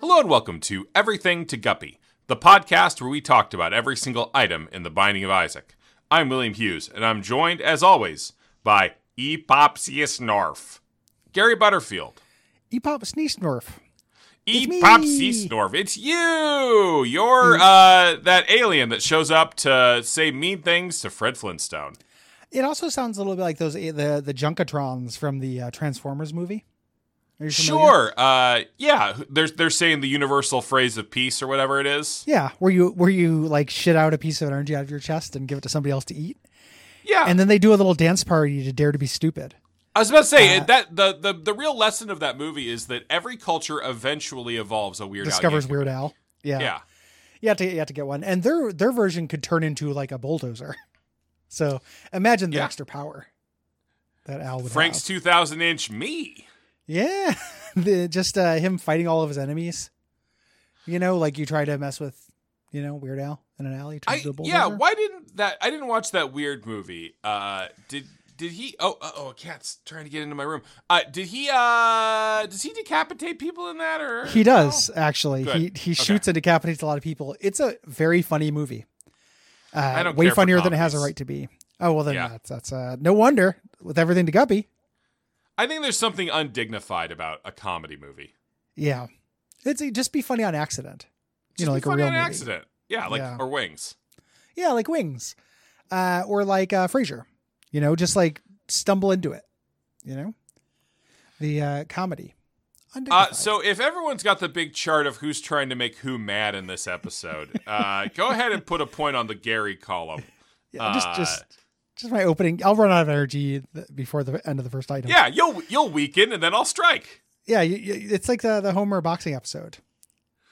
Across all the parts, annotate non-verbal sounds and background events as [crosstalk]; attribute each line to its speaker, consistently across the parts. Speaker 1: Hello and welcome to Everything to Guppy, the podcast where we talked about every single item in the Binding of Isaac. I'm William Hughes, and I'm joined, as always, by Epopsius Norf, Gary Butterfield.
Speaker 2: Epop Sneesnorf. It's me. Mm.
Speaker 1: Epopsius Norf, it's you! You're uh, that alien that shows up to say mean things to Fred Flintstone.
Speaker 2: It also sounds a little bit like those eh, the the Junkatrons from the uh, Transformers movie. Are you familiar?
Speaker 1: Sure, uh, yeah, they're, they're saying the universal phrase of peace or whatever it is.
Speaker 2: Yeah, where you where you like shit out a piece of energy out of your chest and give it to somebody else to eat,
Speaker 1: Yeah,
Speaker 2: and then they do a little dance party to dare to be stupid.
Speaker 1: I was about to say that the, the the real lesson of that movie is that every culture eventually evolves a weird Al
Speaker 2: Discovers
Speaker 1: Yankovic.
Speaker 2: Weird Al. Yeah.
Speaker 1: Yeah.
Speaker 2: you have to you have to get one, and their their version could turn into like a bulldozer. [laughs] So imagine the
Speaker 1: Yeah.
Speaker 2: extra power that Al would
Speaker 1: Frank's
Speaker 2: have.
Speaker 1: two thousand inch me.
Speaker 2: Yeah, [laughs] the, just uh, him fighting all of his enemies. You know, like you try to mess with, you know, Weird Al in an alley. turns
Speaker 1: I,
Speaker 2: into a
Speaker 1: yeah,
Speaker 2: bulldozer.
Speaker 1: why didn't that I didn't watch that weird movie. Uh did did he oh uh, oh a cat's trying to get into my room. Uh did he uh does he decapitate people in that or
Speaker 2: He does actually.
Speaker 1: Good.
Speaker 2: He he shoots and decapitates a lot of people. It's a very funny movie. Uh, I
Speaker 1: don't
Speaker 2: way
Speaker 1: care for
Speaker 2: funnier than it has a
Speaker 1: comedies.
Speaker 2: right to be. Oh well, then
Speaker 1: Yeah.
Speaker 2: that's that's uh, no wonder with everything to Guppy.
Speaker 1: I think there's something undignified about a comedy movie.
Speaker 2: Yeah, it's it'd just be funny on accident.
Speaker 1: Just
Speaker 2: you know,
Speaker 1: be
Speaker 2: like a
Speaker 1: funny
Speaker 2: real
Speaker 1: on
Speaker 2: movie.
Speaker 1: accident. Yeah, like
Speaker 2: Yeah.
Speaker 1: or wings.
Speaker 2: Yeah, like Wings, uh, or like uh, Frasier. You know, just like stumble into it. You know, the uh, comedy.
Speaker 1: Uh,
Speaker 2: Undignified.
Speaker 1: so if everyone's got the big chart of who's trying to make who mad in this episode,
Speaker 2: [laughs]
Speaker 1: uh, go ahead and put a point on the Gary column.
Speaker 2: yeah, just
Speaker 1: uh,
Speaker 2: just just my opening. I'll run out of energy th- before the end of the first item.
Speaker 1: Yeah, you'll you'll weaken and then I'll strike.
Speaker 2: yeah. You, you, it's like the the Homer boxing episode.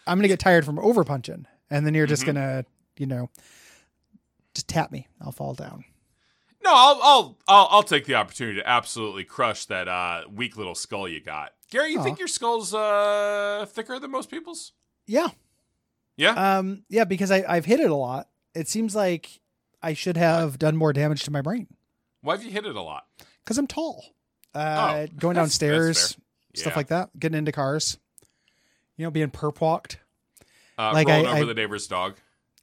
Speaker 2: I'm gonna get tired from over punching, and then you're just
Speaker 1: Mm-hmm.
Speaker 2: gonna you know just tap me. I'll fall down.
Speaker 1: No, I'll I'll I'll, I'll take the opportunity to absolutely crush that uh, weak little skull you got, Gary. You
Speaker 2: Aw.
Speaker 1: think your skull's uh, thicker than most people's?
Speaker 2: Yeah.
Speaker 1: Yeah.
Speaker 2: Um. Yeah, because I I've hit it a lot. It seems like I should have done more damage to my brain.
Speaker 1: Why have you hit it a lot?
Speaker 2: because I'm tall. Uh,
Speaker 1: Oh,
Speaker 2: going
Speaker 1: that's- that's
Speaker 2: downstairs,
Speaker 1: Yeah.
Speaker 2: stuff like that, getting into cars, you know, being perp walked,
Speaker 1: Uh,
Speaker 2: like
Speaker 1: rolling
Speaker 2: I-
Speaker 1: over the
Speaker 2: I-
Speaker 1: neighbor's dog.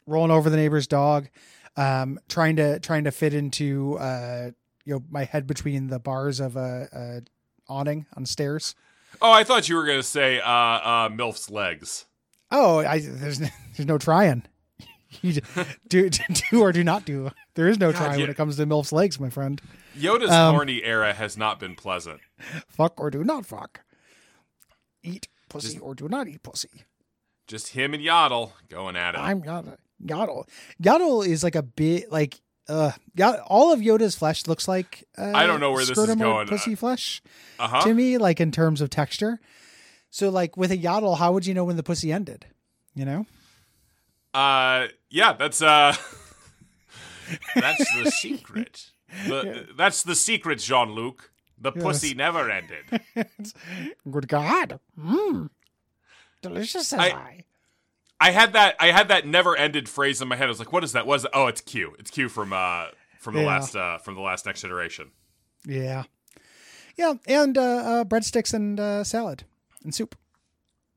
Speaker 2: rolling over the neighbor's dog, um, trying to trying to fit into uh, you know my head between the bars of a, a awning on stairs.
Speaker 1: Oh, I thought you were gonna say uh, uh, Milf's legs.
Speaker 2: Oh, I there's [laughs] n- there's no trying. [laughs] You d- do [laughs] do or do not do. There is no
Speaker 1: God,
Speaker 2: try
Speaker 1: yeah.
Speaker 2: when it comes to MILF's legs, my friend.
Speaker 1: Yoda's
Speaker 2: Um,
Speaker 1: horny era has not been pleasant.
Speaker 2: Fuck or do not fuck. Eat pussy or do not eat pussy.
Speaker 1: Just him and Yaddle going at it.
Speaker 2: I'm Yaddle. Yaddle. Yaddle is like a bit like uh Yaddle, all of Yoda's flesh looks like uh,
Speaker 1: I don't know where this is
Speaker 2: scrotum or
Speaker 1: going.
Speaker 2: Pussy flesh
Speaker 1: Uh huh.
Speaker 2: to me, like in terms of texture. So like with a Yaddle, how would you know when the pussy ended? You know, [laughs]
Speaker 1: Uh, yeah, that's uh, that's the secret. The, That's the secret, Jean Luc. The pussy never ended.
Speaker 2: good God, mm. delicious as I.
Speaker 1: I- I had that. I had that never ended phrase in my head. I was like, "What is that? Was that? oh, it's Q. It's Q from uh from the
Speaker 2: Yeah.
Speaker 1: last uh from the last Next Generation.
Speaker 2: Yeah, yeah, and uh, uh, breadsticks and uh, salad and soup.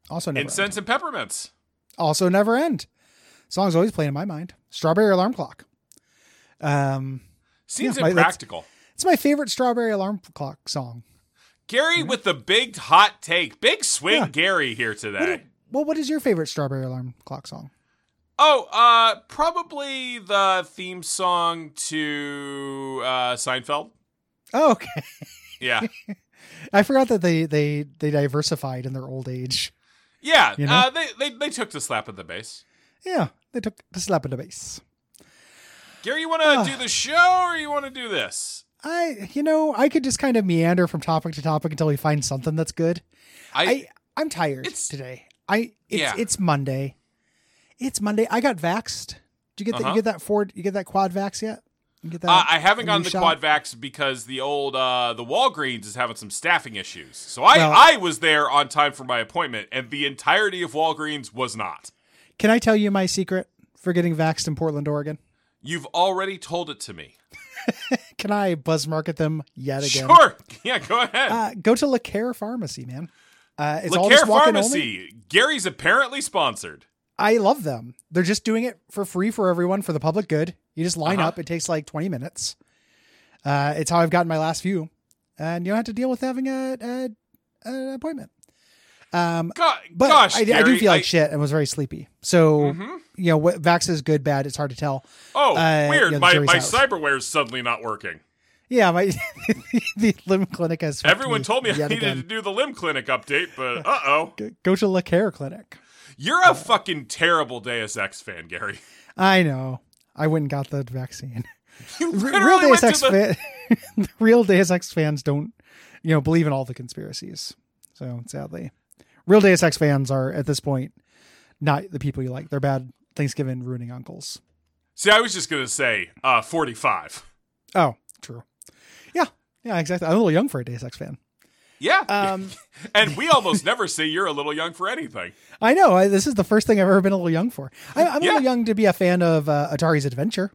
Speaker 2: Also never end.
Speaker 1: Incense and peppermints.
Speaker 2: also never end. Song's always playing in my mind. Strawberry alarm clock. Um,
Speaker 1: Seems
Speaker 2: Yeah, my- that's-
Speaker 1: impractical.
Speaker 2: It's my favorite Strawberry Alarm Clock song.
Speaker 1: Gary with the big hot take. Big swing,
Speaker 2: Yeah.
Speaker 1: Gary here today.
Speaker 2: Well, what is your favorite Strawberry Alarm Clock song?
Speaker 1: Oh, uh, probably the theme song to uh, Seinfeld.
Speaker 2: Oh, okay.
Speaker 1: Yeah.
Speaker 2: [laughs] I forgot that they they they diversified in their old age.
Speaker 1: Yeah,
Speaker 2: You know?
Speaker 1: uh, they, they they took the slap at the base.
Speaker 2: Yeah, they took the slap in the base.
Speaker 1: Gary, you want to do the show or you want to do this?
Speaker 2: I, you know, I could just kind of meander from topic to topic until we find something that's good.
Speaker 1: I,
Speaker 2: I, I am tired
Speaker 1: It's-
Speaker 2: today. I it's
Speaker 1: Yeah.
Speaker 2: it's Monday. It's Monday. I got vaxxed. Did you get that?
Speaker 1: Uh-huh.
Speaker 2: You get that Ford? You get that quad vax yet? You get that?
Speaker 1: uh, I haven't
Speaker 2: a
Speaker 1: gotten
Speaker 2: new
Speaker 1: the
Speaker 2: shot?
Speaker 1: quad vax because the old uh, the Walgreens is having some staffing issues. So I
Speaker 2: Well-
Speaker 1: I was there on time for my appointment, and the entirety of Walgreens was not.
Speaker 2: Can I tell you my secret for getting vaxxed in Portland, Oregon?
Speaker 1: You've already told it to me.
Speaker 2: Can I buzz market them yet again?
Speaker 1: Sure, [laughs] yeah, go ahead.
Speaker 2: Uh, go to LaCare Pharmacy, man. Uh, it's all
Speaker 1: LeCare
Speaker 2: just walk-in only.
Speaker 1: Pharmacy. Gary's apparently sponsored.
Speaker 2: I love them. They're just doing it for free for everyone for the public good. You just line
Speaker 1: Uh-huh.
Speaker 2: up. It takes like 20 minutes. Uh, it's how I've gotten my last few, and you don't have to deal with having a, a, an appointment. Um,
Speaker 1: Go-
Speaker 2: but
Speaker 1: gosh,
Speaker 2: I,
Speaker 1: Gary,
Speaker 2: I do feel like shit and was very sleepy. So
Speaker 1: Mhm.
Speaker 2: you know, what Vax is good, bad. It's hard to tell.
Speaker 1: Oh,
Speaker 2: Uh,
Speaker 1: weird.
Speaker 2: yeah, the
Speaker 1: my
Speaker 2: jury's
Speaker 1: my
Speaker 2: out.
Speaker 1: cyberware's suddenly not working.
Speaker 2: Yeah, my [laughs] the limb clinic has fucked
Speaker 1: Everyone told me I
Speaker 2: yet
Speaker 1: needed to
Speaker 2: again.
Speaker 1: do the limb clinic update, but uh oh.
Speaker 2: Go- go to La Care Clinic.
Speaker 1: You're a fucking terrible Deus Ex fan, Gary. [laughs]
Speaker 2: I know. I went and got the vaccine.
Speaker 1: You
Speaker 2: R-
Speaker 1: literally
Speaker 2: real
Speaker 1: went
Speaker 2: Deus
Speaker 1: to
Speaker 2: Ex
Speaker 1: the.
Speaker 2: fan, [laughs] real Deus Ex fans don't, you know, believe in all the conspiracies. So sadly, real Deus Ex fans are at this point not the people you like. They're bad Thanksgiving ruining uncles.
Speaker 1: See, I was just gonna say uh, 45.
Speaker 2: Oh, true. Yeah, yeah, exactly. I'm a little young for a Deus Ex fan.
Speaker 1: Yeah,
Speaker 2: Um,
Speaker 1: and we almost never say you're a little young for anything.
Speaker 2: [laughs] I know I, this is the first thing I've ever been a little young for. I, I'm a
Speaker 1: Yeah.
Speaker 2: little young to be a fan of uh, Atari's Adventure.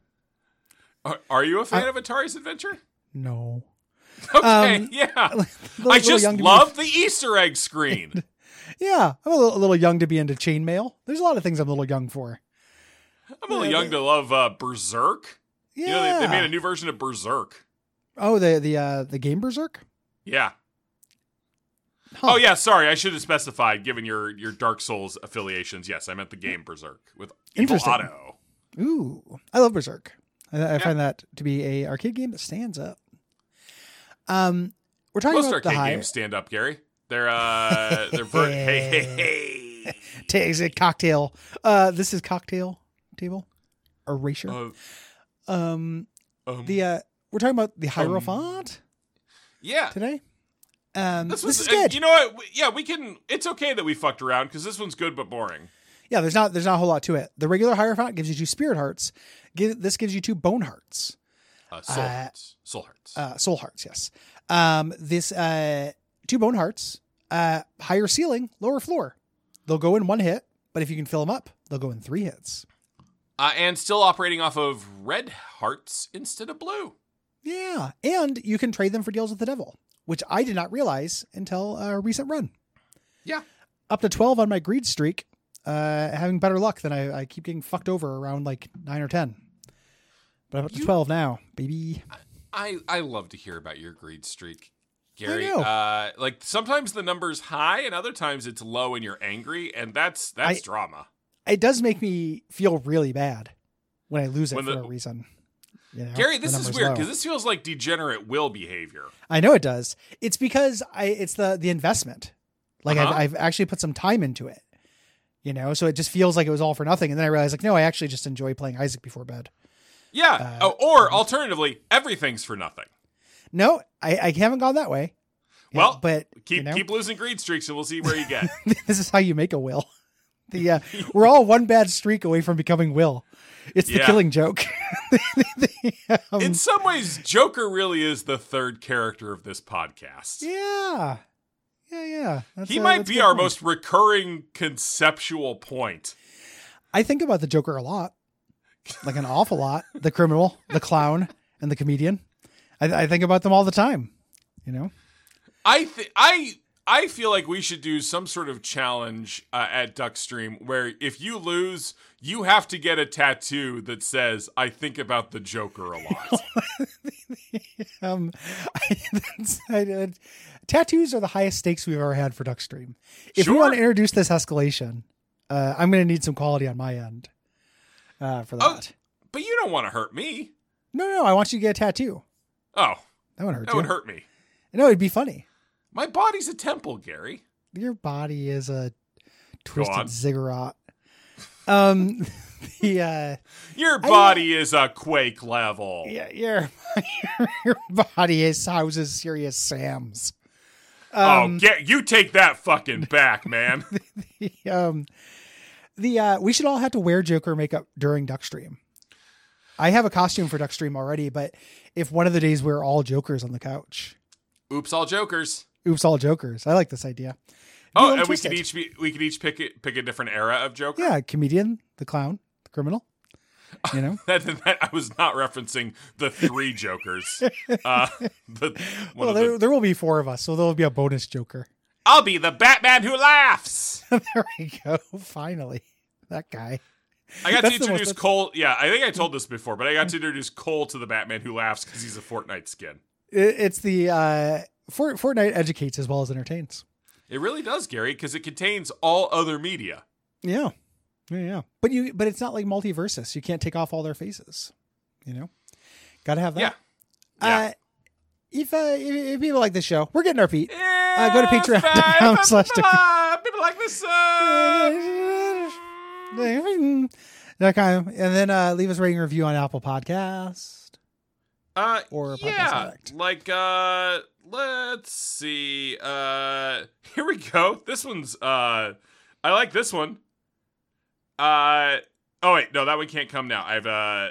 Speaker 1: Are, are you a fan of Atari's Adventure?
Speaker 2: No,
Speaker 1: Okay,
Speaker 2: [laughs] um, [laughs]
Speaker 1: yeah.
Speaker 2: Little-
Speaker 1: I
Speaker 2: little
Speaker 1: just
Speaker 2: young to be a
Speaker 1: love the Easter egg
Speaker 2: [laughs]
Speaker 1: screen.
Speaker 2: Yeah, I'm a little, a little young to be into chainmail. There's a lot of things I'm a little young for.
Speaker 1: I'm a little
Speaker 2: Yeah,
Speaker 1: young to love uh, Berserk.
Speaker 2: Yeah.
Speaker 1: You know, they, they made a new version of Berserk.
Speaker 2: oh, the the uh, the game Berserk.
Speaker 1: Yeah.
Speaker 2: Huh.
Speaker 1: Oh yeah, sorry, I should have specified given your your Dark Souls affiliations. Yes, I meant the game Berserk with Evil
Speaker 2: Interesting.
Speaker 1: Otto.
Speaker 2: Oow, I love Berserk. I, I find that to be a arcade game that stands up. Um, we're talking
Speaker 1: Most
Speaker 2: about
Speaker 1: arcade
Speaker 2: the high
Speaker 1: games stand up, Gary. They're
Speaker 2: [laughs]
Speaker 1: uh they're ver- hey hey hey.
Speaker 2: takes a cocktail. Uh, this is cocktail table erasure.
Speaker 1: Uh,
Speaker 2: um,
Speaker 1: um,
Speaker 2: the uh, we're talking about the
Speaker 1: Um,
Speaker 2: Hierophant
Speaker 1: yeah.
Speaker 2: today. Um, this,
Speaker 1: was-
Speaker 2: is
Speaker 1: uh,
Speaker 2: good.
Speaker 1: You know what? We- Yeah, we can. It's okay that we fucked around because this one's good but boring.
Speaker 2: yeah, there's not there's not a whole lot to it. The regular Hierophant gives you two spirit hearts. Give, this gives you two bone hearts.
Speaker 1: Uh, soul
Speaker 2: Uh,
Speaker 1: hearts. Soul hearts.
Speaker 2: uh, soul hearts yes um this uh two bone hearts uh higher ceiling lower floor they'll go in one hit but if you can fill them up they'll go in three hits
Speaker 1: Uh, and still operating off of red hearts instead of blue.
Speaker 2: yeah and you can trade them for deals with the devil which i did not realize until a recent run
Speaker 1: Yeah.
Speaker 2: up to 12 on my greed streak uh having better luck than i, I keep getting fucked over around like 9 or 10 but i'm up to
Speaker 1: You-
Speaker 2: 12 now baby
Speaker 1: I I love to hear about your greed streak, Gary.
Speaker 2: know.
Speaker 1: Uh, like sometimes the number's high and other times it's low and you're angry, and that's that's
Speaker 2: I-
Speaker 1: drama.
Speaker 2: it does make me feel really bad when i lose it
Speaker 1: When
Speaker 2: for
Speaker 1: the-
Speaker 2: no reason you know,
Speaker 1: Gary,
Speaker 2: the
Speaker 1: this is
Speaker 2: number's
Speaker 1: weird
Speaker 2: low.
Speaker 1: because this feels like degenerate will behavior.
Speaker 2: I know it does. It's because I it's the the investment. Like
Speaker 1: Uh-huh.
Speaker 2: I've, I've actually put some time into it. You know, so it just feels like it was all for nothing. And then I realized, like, no, I actually just enjoy playing Isaac before bed.
Speaker 1: Yeah.
Speaker 2: Uh,
Speaker 1: oh, or alternatively, everything's for nothing.
Speaker 2: No, I, I haven't gone that way. Yeah,
Speaker 1: Well,
Speaker 2: but
Speaker 1: Keep
Speaker 2: you know,
Speaker 1: keep losing greed streaks, and we'll see where you get.
Speaker 2: [laughs] this is how you make a will. [laughs] The
Speaker 1: [laughs]
Speaker 2: uh, we're all one bad streak away from becoming will. It's the
Speaker 1: Yeah.
Speaker 2: killing joke. [laughs] The- the, [laughs] um,
Speaker 1: In some ways, Joker really is the third character of this podcast.
Speaker 2: yeah, yeah, yeah. That's,
Speaker 1: he
Speaker 2: uh,
Speaker 1: might
Speaker 2: that's a
Speaker 1: be
Speaker 2: good
Speaker 1: our
Speaker 2: point.
Speaker 1: most recurring conceptual point.
Speaker 2: I think about the Joker a lot, like an awful
Speaker 1: [laughs]
Speaker 2: lot. The criminal, the clown, and the comedian. I, I think about them all the time. You know,
Speaker 1: I th- I I feel like we should do some sort of challenge uh, at Duckstream where if you lose, you have to get a tattoo that says "I think about the Joker a
Speaker 2: [laughs]
Speaker 1: lot."
Speaker 2: um, [laughs] I, that's, I, uh, tattoos are the highest stakes we've ever had for Duckstream. If we
Speaker 1: Sure.
Speaker 2: want to introduce this escalation, uh, I'm going to need some quality on my end uh, for
Speaker 1: Oh.
Speaker 2: that.
Speaker 1: but you don't want to hurt me.
Speaker 2: No, no, I want you to get a tattoo.
Speaker 1: Oh,
Speaker 2: That would hurt.
Speaker 1: that would
Speaker 2: you.
Speaker 1: hurt me.
Speaker 2: No, it'd be funny.
Speaker 1: My body's a temple, Gary.
Speaker 2: your body is a
Speaker 1: on.
Speaker 2: twisted ziggurat. Um, [laughs] the uh.
Speaker 1: Your body is a quake level.
Speaker 2: Yeah, your, [laughs] your body is houses serious Sam's.
Speaker 1: oh,
Speaker 2: Um,
Speaker 1: get you take that
Speaker 2: [laughs]
Speaker 1: fucking back, man.
Speaker 2: the, [laughs] um, the uh, we should all have to wear Joker makeup during Duckstream. I have a costume for Duckstream already, but if one of the days we're all Jokers on the couch,
Speaker 1: Oops, all Jokers.
Speaker 2: oops, all Jokers. I like this idea.
Speaker 1: Oh,
Speaker 2: Be
Speaker 1: and we could
Speaker 2: untwisted.
Speaker 1: each be, we could each pick a, pick a different era of Joker.
Speaker 2: yeah, comedian, the clown, the criminal.
Speaker 1: [laughs]
Speaker 2: You know,
Speaker 1: That, that I was not referencing the three Jokers. Uh, [laughs] the, one
Speaker 2: well,
Speaker 1: of the-
Speaker 2: there, there will be four of us, so there will be a bonus Joker.
Speaker 1: I'll be the Batman who laughs.
Speaker 2: [laughs] there we go. Finally, that guy.
Speaker 1: I got to
Speaker 2: That's the most-
Speaker 1: introduce
Speaker 2: that's-
Speaker 1: Cole. Yeah, I think I told this before, but I got to introduce Cole to the Batman who laughs because he's a Fortnite skin.
Speaker 2: It, it's the uh, Fort, Fortnite educates as well as entertains.
Speaker 1: It really does, Gary, because it contains all other media.
Speaker 2: Yeah, yeah, yeah. But you, but it's not like multiversus. You can't take off all their faces. You know, got to have that.
Speaker 1: Yeah. Yeah.
Speaker 2: Uh, if, uh, if if people like this show, we're getting our feet. Uh, go to [laughs] patreon.com
Speaker 1: If,
Speaker 2: slash
Speaker 1: uh, People like this.
Speaker 2: [laughs]
Speaker 1: Uh,
Speaker 2: .com. and then uh, leave us a rating and review on Apple Podcast.
Speaker 1: uh,
Speaker 2: Or a podcast
Speaker 1: yeah,
Speaker 2: addict.
Speaker 1: like uh, let's see. Uh, [laughs] here we go. This one's uh, I like this one. Uh, oh wait, no, that one can't come now. I've uh,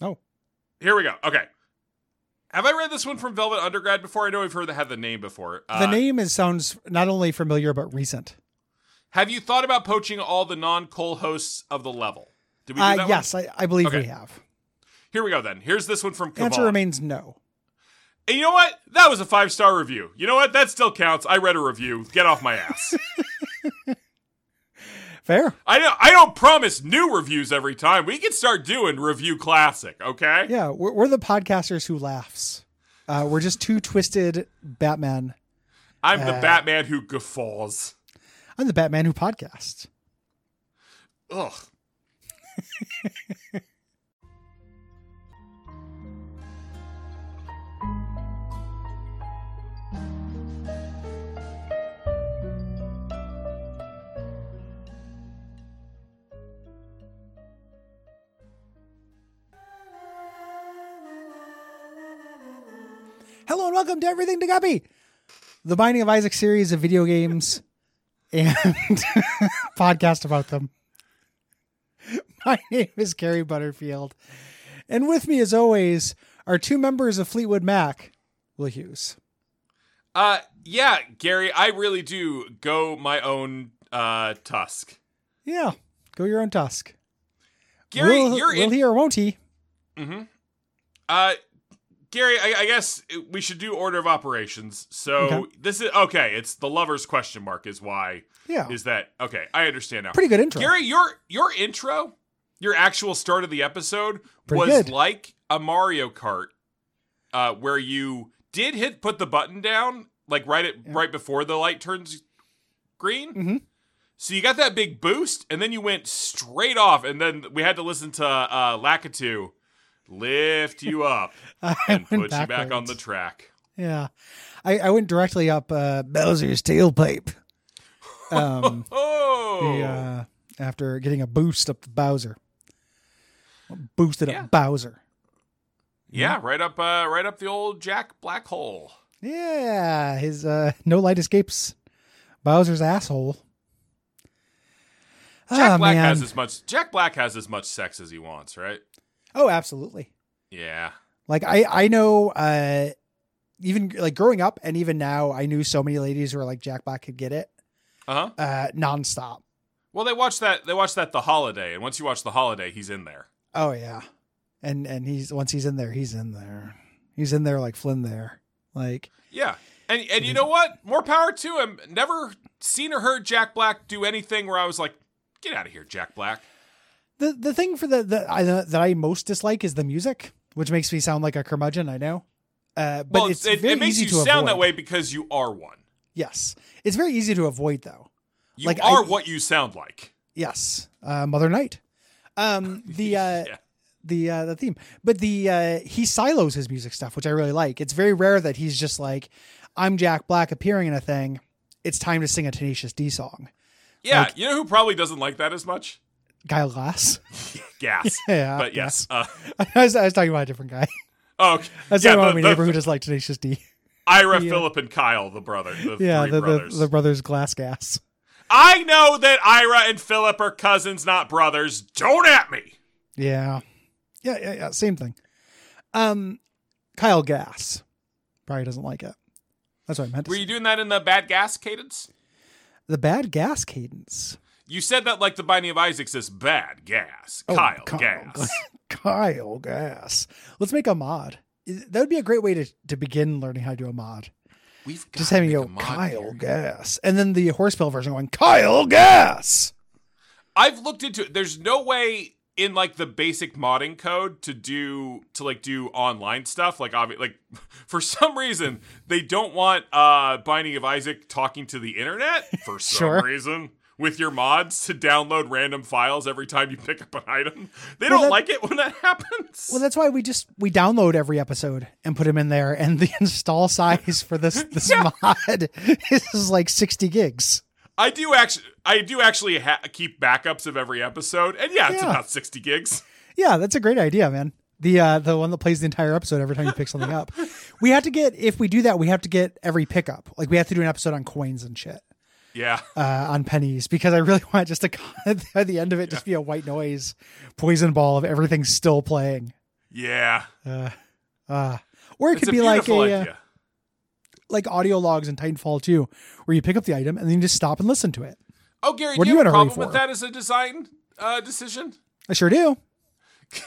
Speaker 2: Oh.
Speaker 1: here we go. Okay. Have I read this one from Velvet Undergrad before? I know we've heard that had the name before. Uh,
Speaker 2: the name is sounds not only familiar but recent.
Speaker 1: Have you thought about poaching all the non-Cole hosts of the level? Did we do that
Speaker 2: Uh,
Speaker 1: one?
Speaker 2: yes, I, I believe
Speaker 1: Okay.
Speaker 2: we have.
Speaker 1: Here we go then. Here's this one from
Speaker 2: Answer
Speaker 1: Kaval.
Speaker 2: remains no.
Speaker 1: And you know what? That was a five star review. You know what? That still counts. I read a review. Get off my
Speaker 2: [laughs]
Speaker 1: ass.
Speaker 2: Fair.
Speaker 1: I don't, I don't promise new reviews every time. We can start doing review classic, okay?
Speaker 2: Yeah, we're, we're the podcasters who laughs. Uh, we're just two twisted Batman.
Speaker 1: I'm the
Speaker 2: Uh,
Speaker 1: Batman who guffaws.
Speaker 2: I'm the Batman who podcasts.
Speaker 1: Ugh.
Speaker 2: Hello and welcome to Everything to Guppy, the Binding of Isaac series of video games [laughs] and podcast about them. My name is Gary Butterfield, and with me, as always, are two members of Fleetwood Mac, Will Hughes.
Speaker 1: Uh, yeah, Gary, I really do go my own uh, tusk.
Speaker 2: Yeah, go your own tusk.
Speaker 1: Gary,
Speaker 2: will,
Speaker 1: you're
Speaker 2: will
Speaker 1: in.
Speaker 2: he or won't he?
Speaker 1: Mm-hmm. Uh, Gary, I, I guess we should do order of operations. So
Speaker 2: Okay.
Speaker 1: this is okay. It's the lovers question mark is why
Speaker 2: Yeah,
Speaker 1: is that okay? I understand now.
Speaker 2: pretty good intro.
Speaker 1: Gary, your your intro, your actual start of the episode
Speaker 2: Pretty
Speaker 1: was
Speaker 2: good.
Speaker 1: like a Mario Kart, uh, where you did hit put the button down like right at
Speaker 2: Yeah.
Speaker 1: right before the light turns green.
Speaker 2: Mhm.
Speaker 1: So you got that big boost, and then you went straight off, and then we had to listen to uh, Lakitu lift you up
Speaker 2: [laughs] [laughs] I
Speaker 1: and put
Speaker 2: went
Speaker 1: you back on
Speaker 2: backwards.
Speaker 1: the track.
Speaker 2: Yeah, I, I went directly up uh, Bowser's tailpipe.
Speaker 1: [laughs]
Speaker 2: Um,
Speaker 1: Oh,
Speaker 2: the, uh, after getting a boost up to Bowser, boosted
Speaker 1: Yeah.
Speaker 2: up Bowser.
Speaker 1: yeah, right up, uh, right up the old Jack Black hole.
Speaker 2: Yeah, his uh, no light escapes Bowser's asshole.
Speaker 1: Jack
Speaker 2: Ah,
Speaker 1: Black
Speaker 2: man.
Speaker 1: has as much Jack Black has as much sex as he wants, right?
Speaker 2: oh, absolutely.
Speaker 1: Yeah.
Speaker 2: Like I, I know. Uh, even like growing up, and even now, I knew so many ladies who were like Jack Black could get it
Speaker 1: Uh-huh.
Speaker 2: uh, nonstop.
Speaker 1: Well, they watch that they watch that The Holiday, and once you watch The Holiday, he's in there.
Speaker 2: Oh yeah, and and he's once he's in there, he's in there. He's in there like Flynn there. Like
Speaker 1: Yeah. And and you
Speaker 2: Mm-hmm.
Speaker 1: know what? More power to him. Never seen or heard Jack Black do anything where I was like, "Get out of here, Jack Black."
Speaker 2: the the thing for the, the I, that I most dislike is the music, which makes me sound like a curmudgeon. I know, uh, but
Speaker 1: well,
Speaker 2: it's
Speaker 1: it,
Speaker 2: very
Speaker 1: it makes
Speaker 2: easy
Speaker 1: you
Speaker 2: to
Speaker 1: sound
Speaker 2: avoid.
Speaker 1: that way because you are one.
Speaker 2: Yes, it's very easy to avoid though.
Speaker 1: You
Speaker 2: Like,
Speaker 1: are
Speaker 2: I-
Speaker 1: what you sound like.
Speaker 2: Yes, uh, Mother Night,
Speaker 1: [laughs]
Speaker 2: um, the uh,
Speaker 1: Yeah.
Speaker 2: the uh, the theme, but the uh, he silos his music stuff, which I really like. It's very rare that he's just like, I'm Jack Black appearing in a thing. It's time to sing a Tenacious D song.
Speaker 1: Yeah,
Speaker 2: like-
Speaker 1: you know who probably doesn't like that as much?
Speaker 2: Guy Glass.
Speaker 1: Gas.
Speaker 2: [laughs] Yeah,
Speaker 1: but yes. Uh,
Speaker 2: I was, I was talking about a different guy. [laughs]
Speaker 1: oh, [laughs] okay.
Speaker 2: I was
Speaker 1: yeah,
Speaker 2: talking about
Speaker 1: the-
Speaker 2: my
Speaker 1: the-
Speaker 2: neighbor who just liked Tenacious D.
Speaker 1: Ira,
Speaker 2: the, uh,
Speaker 1: Philip, and Kyle, the brother, the
Speaker 2: Yeah,
Speaker 1: three
Speaker 2: the,
Speaker 1: brothers.
Speaker 2: the the brothers Glass Gas.
Speaker 1: I know that Ira and Philip are cousins, not brothers. Don't at me.
Speaker 2: Yeah. yeah, yeah, yeah, same thing. Um, Kyle Gas probably doesn't like it. That's what I meant. To
Speaker 1: Were you
Speaker 2: say.
Speaker 1: doing that in the bad gas cadence?
Speaker 2: The bad gas cadence.
Speaker 1: You said that like the Binding of Isaac says bad gas.
Speaker 2: Oh,
Speaker 1: Kyle,
Speaker 2: Kyle
Speaker 1: gas.
Speaker 2: [laughs] Kyle Gas. Let's make a mod. That would be a great way to to begin learning how to do a mod.
Speaker 1: We've
Speaker 2: just
Speaker 1: gotta
Speaker 2: having you
Speaker 1: make
Speaker 2: go,
Speaker 1: a mod
Speaker 2: Kyle
Speaker 1: here.
Speaker 2: Gas. And then the Horsepell version going, Kyle Gas.
Speaker 1: I've looked into it. There's no way in like the basic modding code to do to like do online stuff. Like obvi- like [laughs] for some reason they don't want uh Binding of Isaac talking to the internet
Speaker 2: [laughs]
Speaker 1: for some
Speaker 2: Sure.
Speaker 1: reason. With your mods to download random files every time you pick up an item. [laughs] They don't
Speaker 2: Well, that-
Speaker 1: like it when that [laughs] happens.
Speaker 2: Well, that's why we just we download every episode and put them in there, and the [laughs] install size for this
Speaker 1: [laughs]
Speaker 2: this mod is like sixty gigs.
Speaker 1: I do actually I do actually ha- keep backups of every episode. And yeah, it's
Speaker 2: Yeah.
Speaker 1: about 60 gigs.
Speaker 2: Yeah, that's a great idea, man. The uh, the one that plays the entire episode every time you pick
Speaker 1: [laughs]
Speaker 2: something up. We have to get if we do that, we have to get every pickup. Like we have to do an episode on coins and shit,
Speaker 1: Yeah.
Speaker 2: uh, on pennies, because I really [laughs] want just to at the end of it just be a white noise poison ball of everything still playing.
Speaker 1: Yeah.
Speaker 2: Uh, uh, or it
Speaker 1: It's
Speaker 2: could
Speaker 1: a
Speaker 2: be like a
Speaker 1: beautiful
Speaker 2: uh,
Speaker 1: idea.
Speaker 2: like audio logs in Titanfall 2, where you pick up the item and then you just stop and listen to it.
Speaker 1: Oh, Gary,
Speaker 2: What
Speaker 1: do
Speaker 2: are
Speaker 1: you
Speaker 2: you
Speaker 1: have
Speaker 2: in
Speaker 1: a
Speaker 2: a hurry
Speaker 1: problem with
Speaker 2: for?
Speaker 1: that as a design uh, decision?
Speaker 2: I sure do.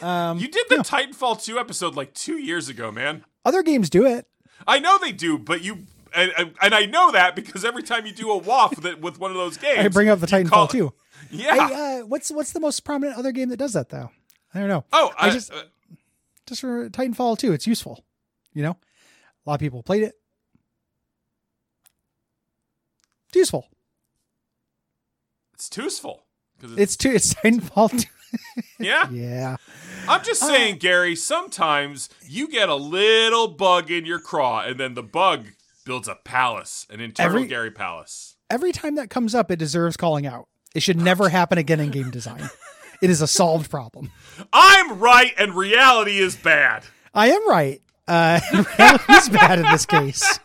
Speaker 2: Um,
Speaker 1: You did the Titanfall 2 episode like two years ago, man.
Speaker 2: other games do it.
Speaker 1: I know they do, but you. And, and- and I know that because every time you do a waff that, with one of those games,
Speaker 2: [laughs] I bring up the
Speaker 1: you
Speaker 2: Titanfall
Speaker 1: call- [laughs]
Speaker 2: 2.
Speaker 1: Yeah.
Speaker 2: I, uh, what's what's the most prominent other game that does that though? I don't know.
Speaker 1: oh,
Speaker 2: I
Speaker 1: I,
Speaker 2: just-
Speaker 1: just
Speaker 2: Just for Titanfall 2, it's useful. You know, a lot of people played it. It's useful.
Speaker 1: it's useful. 'Cause it's-
Speaker 2: It's too. It's Titanfall 2.
Speaker 1: [laughs] yeah.
Speaker 2: [laughs] yeah. Uh,
Speaker 1: I'm just saying, Gary. Sometimes you get a little bug in your craw, and then the bug builds a palace, an internal
Speaker 2: Every-
Speaker 1: Gary palace.
Speaker 2: Every time that comes up, it deserves calling out. It should never happen again in game design. It is a solved problem.
Speaker 1: I'm right, and reality is bad.
Speaker 2: I am right. Uh, [laughs] reality's bad in this case.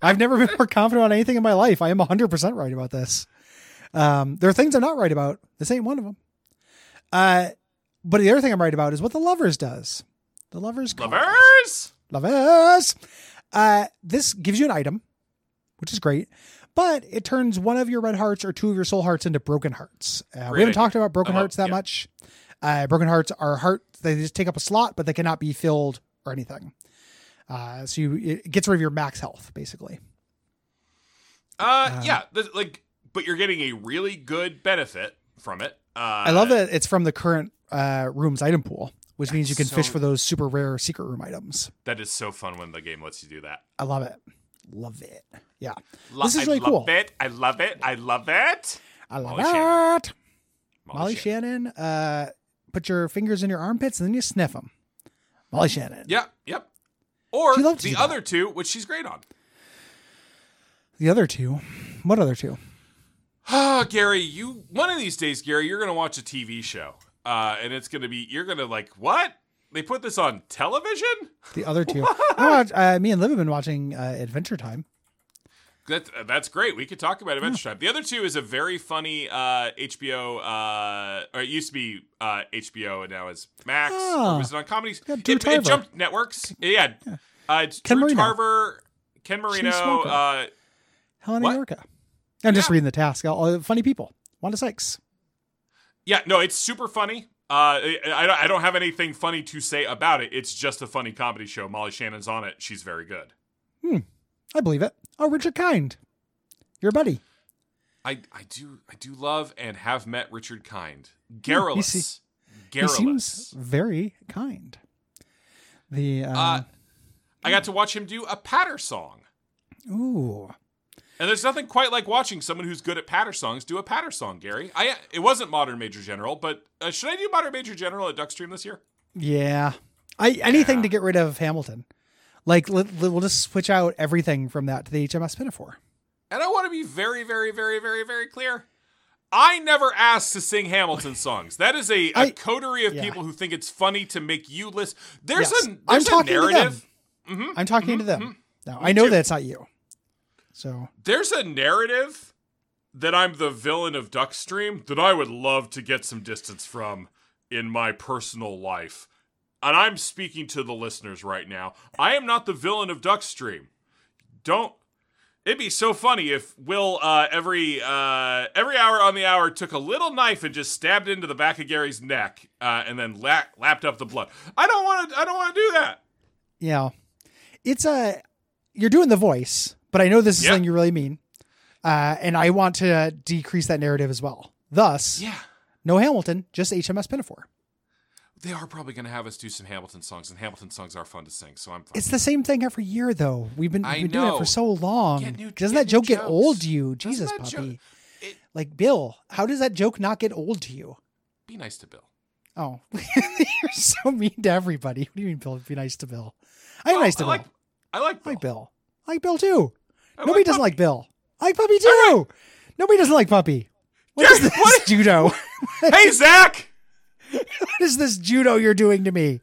Speaker 2: I've never been more confident on anything in my life. I am 100% right about this. Um, there are things I'm not right about. This ain't one of them. Uh, but the other thing I'm right about is what the lovers does. The lovers call.
Speaker 1: Lovers.
Speaker 2: lovers. Uh, this gives you an item, which is great, but it turns one of your red hearts or two of your soul hearts into broken hearts. Uh, we
Speaker 1: Great
Speaker 2: haven't
Speaker 1: idea.
Speaker 2: talked about broken
Speaker 1: I love-
Speaker 2: hearts that
Speaker 1: Uh-huh. yeah.
Speaker 2: much. Uh, broken hearts are heart; they just take up a slot, but they cannot be filled or anything. Uh, so you, it gets rid of your max health, basically.
Speaker 1: Uh,
Speaker 2: Uh-huh.
Speaker 1: yeah, th- like, but you're getting a really good benefit from it. Uh,
Speaker 2: I love that it's from the current uh, room's item pool, which means you can
Speaker 1: That's
Speaker 2: fish
Speaker 1: so-
Speaker 2: for those super rare secret room items.
Speaker 1: That is so fun when the game lets you do that.
Speaker 2: I love it. Love it. Yeah.
Speaker 1: Lo-
Speaker 2: This is
Speaker 1: I
Speaker 2: really
Speaker 1: love
Speaker 2: cool.
Speaker 1: It. I love it. I love it.
Speaker 2: I love
Speaker 1: Molly
Speaker 2: it.
Speaker 1: Shannon.
Speaker 2: Molly
Speaker 1: Shannon.
Speaker 2: Shannon, uh, put your fingers in your armpits and then you sniff them. Molly Shannon.
Speaker 1: Yep. Yep. Or
Speaker 2: She loved to
Speaker 1: the
Speaker 2: do
Speaker 1: other two, which she's great on. [sighs]
Speaker 2: The other two. What other two?
Speaker 1: Ah, Gary, you one of these days, Gary, you're gonna watch a TV show, uh, and it's gonna be you're gonna like what they put this on television.
Speaker 2: The
Speaker 1: [laughs]
Speaker 2: other two. I watch, uh, me and Liv have been watching uh, Adventure Time.
Speaker 1: That, that's great. We could talk about Adventure Time. The other two is a very funny uh, HBO, uh, or it used to be uh, HBO, and now is Max.
Speaker 2: Ah.
Speaker 1: Or was it on comedies?
Speaker 2: Got
Speaker 1: It,
Speaker 2: Drew
Speaker 1: it
Speaker 2: Tarver.
Speaker 1: jumped networks. Yeah. Uh, it's
Speaker 2: Ken
Speaker 1: Drew
Speaker 2: Marino.
Speaker 1: Tarver, Ken Marino.
Speaker 2: Smoker.
Speaker 1: Uh,
Speaker 2: Helena
Speaker 1: What?
Speaker 2: Yorka. I'm just
Speaker 1: Yeah.
Speaker 2: reading the task. All, all the funny people. Wanda Sykes.
Speaker 1: yeah, no, it's super funny. Uh, I, I don't- I don't have anything funny to say about it. It's just a funny comedy show. Molly Shannon's on it. She's very good.
Speaker 2: I believe it. Oh, Richard Kind. Your buddy.
Speaker 1: I, I do I do love and have met Richard Kind. Garrulous. Garrulous.
Speaker 2: He seems very kind. The um,
Speaker 1: Uh, I got to watch him do a patter song.
Speaker 2: ooh,
Speaker 1: And there's nothing quite like watching someone who's good at patter songs do a patter song, Gary. I it wasn't Modern Major General, but uh, should I do Modern Major General at Duckstream this year?
Speaker 2: yeah. I anything to get rid of Hamilton. Like let, let- we'll just switch out everything from that to the HMS Pinafore.
Speaker 1: And I want to be very, very, very, very, very clear. I never asked to sing Hamilton songs. That is a, a
Speaker 2: I-
Speaker 1: coterie of
Speaker 2: yeah.
Speaker 1: people who think it's funny to make you listen. There's
Speaker 2: Yes.
Speaker 1: a
Speaker 2: I'm
Speaker 1: there's a
Speaker 2: talking to them.
Speaker 1: narrative.
Speaker 2: I'm talking to them. Now I know
Speaker 1: Mm-hmm. too.
Speaker 2: that's not you. So
Speaker 1: there's a narrative that I'm the villain of Duckstream that I would love to get some distance from in my personal life. And I'm speaking to the listeners right now. I am not the villain of Duckstream. Don't. It'd be so funny if Will uh, every uh, every hour on the hour took a little knife and just stabbed into the back of Gary's neck uh, and then la- lapped up the blood. I don't want to. I don't want to do that.
Speaker 2: yeah, it's a you're doing the voice, but I know this is
Speaker 1: Yeah.
Speaker 2: something you really mean, uh, and I want to decrease that narrative as well. Thus,
Speaker 1: Yeah.
Speaker 2: no Hamilton, just HMS Pinafore.
Speaker 1: They are probably going to have us do some Hamilton songs, and Hamilton songs are fun to sing, so I'm fine.
Speaker 2: It's the same thing every year, though. We've been,
Speaker 1: I
Speaker 2: we've been doing it
Speaker 1: know.
Speaker 2: for so long.
Speaker 1: Get new-
Speaker 2: Doesn't
Speaker 1: get
Speaker 2: that
Speaker 1: new
Speaker 2: joke get
Speaker 1: jokes.
Speaker 2: old to you?
Speaker 1: Doesn't
Speaker 2: Jesus,
Speaker 1: that joke-
Speaker 2: puppy.
Speaker 1: it-
Speaker 2: like Bill, how does that joke not get old to you?
Speaker 1: Be nice to Bill.
Speaker 2: Oh, [laughs] you're so mean to everybody. What do you mean, Bill? Be nice to Bill. I'm
Speaker 1: Well,
Speaker 2: nice to
Speaker 1: I
Speaker 2: Bill.
Speaker 1: like, I like
Speaker 2: I
Speaker 1: Bill.
Speaker 2: like Bill. I like Bill too.
Speaker 1: I
Speaker 2: Nobody doesn't
Speaker 1: Puppy.
Speaker 2: like Bill. I like Puppy too. Nobody doesn't like Puppy. What is
Speaker 1: Jerry,
Speaker 2: this
Speaker 1: what-
Speaker 2: [laughs] judo?
Speaker 1: Hey, Zach!
Speaker 2: what is this judo you're doing to me?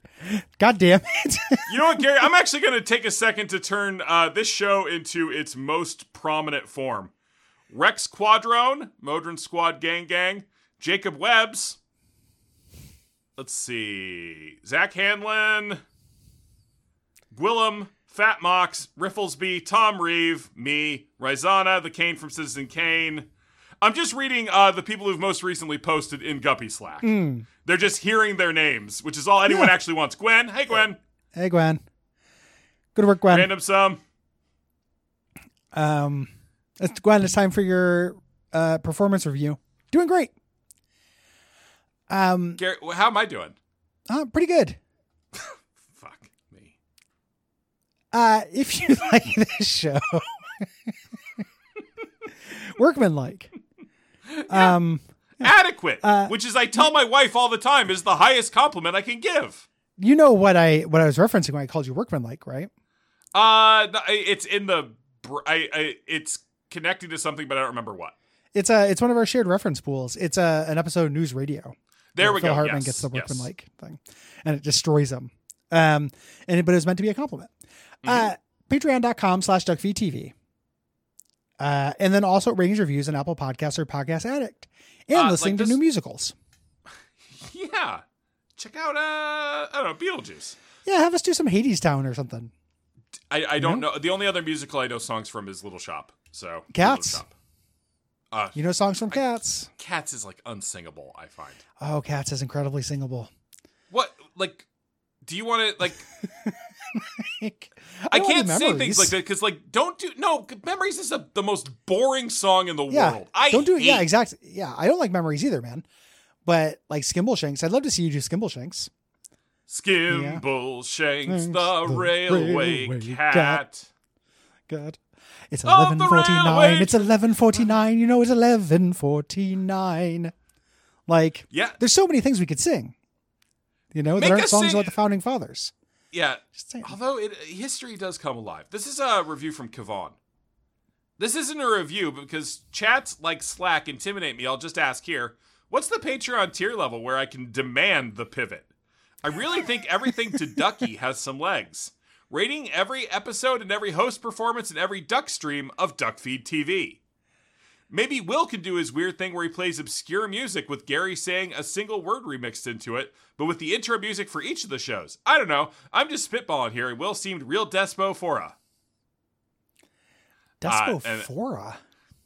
Speaker 2: God damn it. [laughs]
Speaker 1: You know what, Gary? I'm actually going to take a second to turn uh, this show into its most prominent form. Rex Quadrone, Modron Squad Gang Gang, Jacob Webbs. Let's see. Zach Hanlon, Gwillem, Fat Mox, Rifflesby, Tom Reeve, me, Rizana, the Kane from Citizen Kane. I'm just reading uh, the people who've most recently posted in Guppy Slack. They're just hearing their names, which is all anyone
Speaker 2: Yeah.
Speaker 1: actually wants. Gwen, hey Gwen.
Speaker 2: hey, Gwen. Good work, Gwen.
Speaker 1: Random sum.
Speaker 2: Um, it's, Gwen, it's time for your uh, performance review. Doing great. Um,
Speaker 1: Gary, wh- how am I doing?
Speaker 2: uh, pretty good.
Speaker 1: Fuck me.
Speaker 2: Uh, if you [laughs] like this show, [laughs] workman like. Um,
Speaker 1: Adequate,
Speaker 2: Uh,
Speaker 1: which is I tell my wife all the time is the highest compliment I can give.
Speaker 2: you know what I what I was referencing when I called you workman like, right?
Speaker 1: Uh, th- I- it's in the. br- I, I it's connected to something, but I don't remember what.
Speaker 2: It's a it's one of our shared reference pools. It's a an episode of News Radio.
Speaker 1: There
Speaker 2: where
Speaker 1: we
Speaker 2: Phil
Speaker 1: go.
Speaker 2: Hartman
Speaker 1: yes,
Speaker 2: gets the workman
Speaker 1: yes.
Speaker 2: like thing, and it destroys him. Um, and it, but it was meant to be a compliment.
Speaker 1: Mm-hmm.
Speaker 2: Uh, Patreon.com slash DuckVTV. Uh, and then also ratings, reviews, and Apple Podcasts or Podcast Addict, and
Speaker 1: Uh, like
Speaker 2: listening
Speaker 1: this-
Speaker 2: to new musicals.
Speaker 1: Yeah. Check out. Uh, I don't know Beetlejuice.
Speaker 2: Yeah, have us do some Hades Town or something.
Speaker 1: I, I don't know. The only other musical I know songs from is Little Shop. So
Speaker 2: Cats?
Speaker 1: Little Shop. Uh,
Speaker 2: You know songs from Cats.
Speaker 1: Cats is like unsingable. I find.
Speaker 2: Oh, Cats is incredibly singable. [laughs]
Speaker 1: What like? Do you want to like?
Speaker 2: I,
Speaker 1: I
Speaker 2: don't want
Speaker 1: can't
Speaker 2: any
Speaker 1: say things
Speaker 2: memories.
Speaker 1: like that because, like, don't do no. Memories is the, the most boring song in the
Speaker 2: Yeah,
Speaker 1: world. I
Speaker 2: don't do it. Yeah,
Speaker 1: hate-
Speaker 2: exactly. Yeah, I don't like memories either, man. But like Skimbleshanks, I'd love to see you do Skimbleshanks.
Speaker 1: Skimble Shanks, the,
Speaker 2: Thanks, the
Speaker 1: railway,
Speaker 2: railway
Speaker 1: cat.
Speaker 2: cat. God. It's
Speaker 1: Of
Speaker 2: eleven
Speaker 1: the
Speaker 2: forty
Speaker 1: railway
Speaker 2: nine. It's eleven forty nine. You know it's eleven forty nine. Like
Speaker 1: Yeah,
Speaker 2: there's so many things we could sing. You know, there
Speaker 1: Make
Speaker 2: aren't
Speaker 1: us
Speaker 2: songs
Speaker 1: sing-
Speaker 2: about the founding fathers.
Speaker 1: yeah.
Speaker 2: Just saying.
Speaker 1: Although it, history does come alive. This is a review from Kavon. This isn't a review because chats like Slack intimidate me. I'll just ask here what's the Patreon tier level where I can demand the pivot? I really think everything to Ducky has some legs. Rating every episode and every host performance and every duck stream of Duckfeed TV. Maybe Will can do his weird thing where he plays obscure music with Gary saying a single word remixed into it, but with the intro music for each of the shows. I don't know. I'm just spitballing here, and Will seemed real despo for a. uh, and-
Speaker 2: Despophora.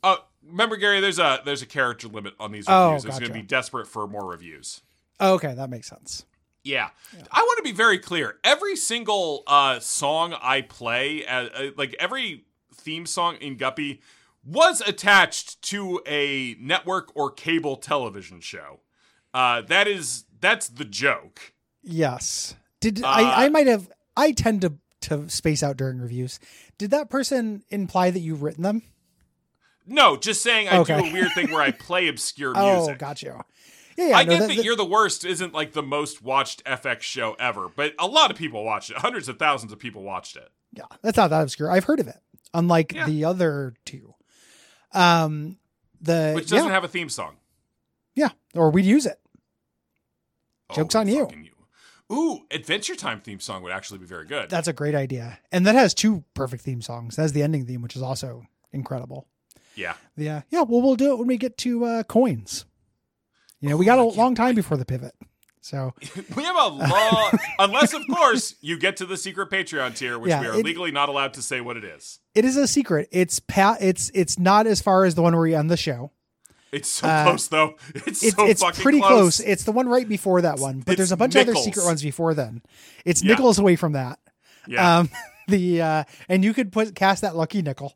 Speaker 1: Oh, remember Gary? There's a there's a character limit on these
Speaker 2: Oh,
Speaker 1: reviews. it's going
Speaker 2: gotcha.
Speaker 1: to be desperate for more reviews.
Speaker 2: Oh, okay, that makes sense.
Speaker 1: Yeah. I want to be very clear. Every single uh, song I play, uh, uh, like every theme song in Guppy, was attached to a network or cable television show. Uh, that is that's the joke.
Speaker 2: Yes. Did
Speaker 1: Uh,
Speaker 2: I, I might have I tend to to space out during reviews. Did that person imply that you've written them?
Speaker 1: No, just saying I do
Speaker 2: Okay.
Speaker 1: a weird thing where I play obscure
Speaker 2: [laughs] Oh,
Speaker 1: music.
Speaker 2: got you. Yeah, yeah.
Speaker 1: I
Speaker 2: no,
Speaker 1: get
Speaker 2: that-
Speaker 1: that,
Speaker 2: that-
Speaker 1: You're the Worst isn't like the most watched FX show ever, but a lot of people watched it. Hundreds of thousands of people watched it.
Speaker 2: yeah, that's not that obscure. I've heard of it, unlike
Speaker 1: Yeah.
Speaker 2: the other two. Um, the
Speaker 1: Which doesn't
Speaker 2: yeah,
Speaker 1: have a theme song.
Speaker 2: yeah, or we'd use it. Joke's on you.
Speaker 1: Oh, fucking Ooh, Adventure Time theme song would actually be very good.
Speaker 2: That's a great idea, and that has two perfect theme songs. That's the ending theme, which is also incredible.
Speaker 1: yeah. [laughs]
Speaker 2: Yeah, yeah. Well, we'll do it when we get to uh, coins. You know, we got a long time before the pivot, so
Speaker 1: We have a
Speaker 2: [laughs]
Speaker 1: long unless of course you get to the secret Patreon tier, which
Speaker 2: Yeah,
Speaker 1: we are
Speaker 2: it-
Speaker 1: legally not allowed to say what it is.
Speaker 2: it is a secret. It's pat. It's it's not as far as the one where we end the show.
Speaker 1: It's so
Speaker 2: Uh,
Speaker 1: close though. [laughs] It's
Speaker 2: [laughs] It's
Speaker 1: so
Speaker 2: it's
Speaker 1: fucking
Speaker 2: pretty
Speaker 1: close.
Speaker 2: close. It's the one right before that one, but
Speaker 1: it's
Speaker 2: there's a bunch of other
Speaker 1: Nichols.
Speaker 2: secret ones before then. It's
Speaker 1: Yeah.
Speaker 2: nickels away from that. [laughs] uh,
Speaker 1: Yeah.
Speaker 2: Um, the uh, and you could put cast that lucky nickel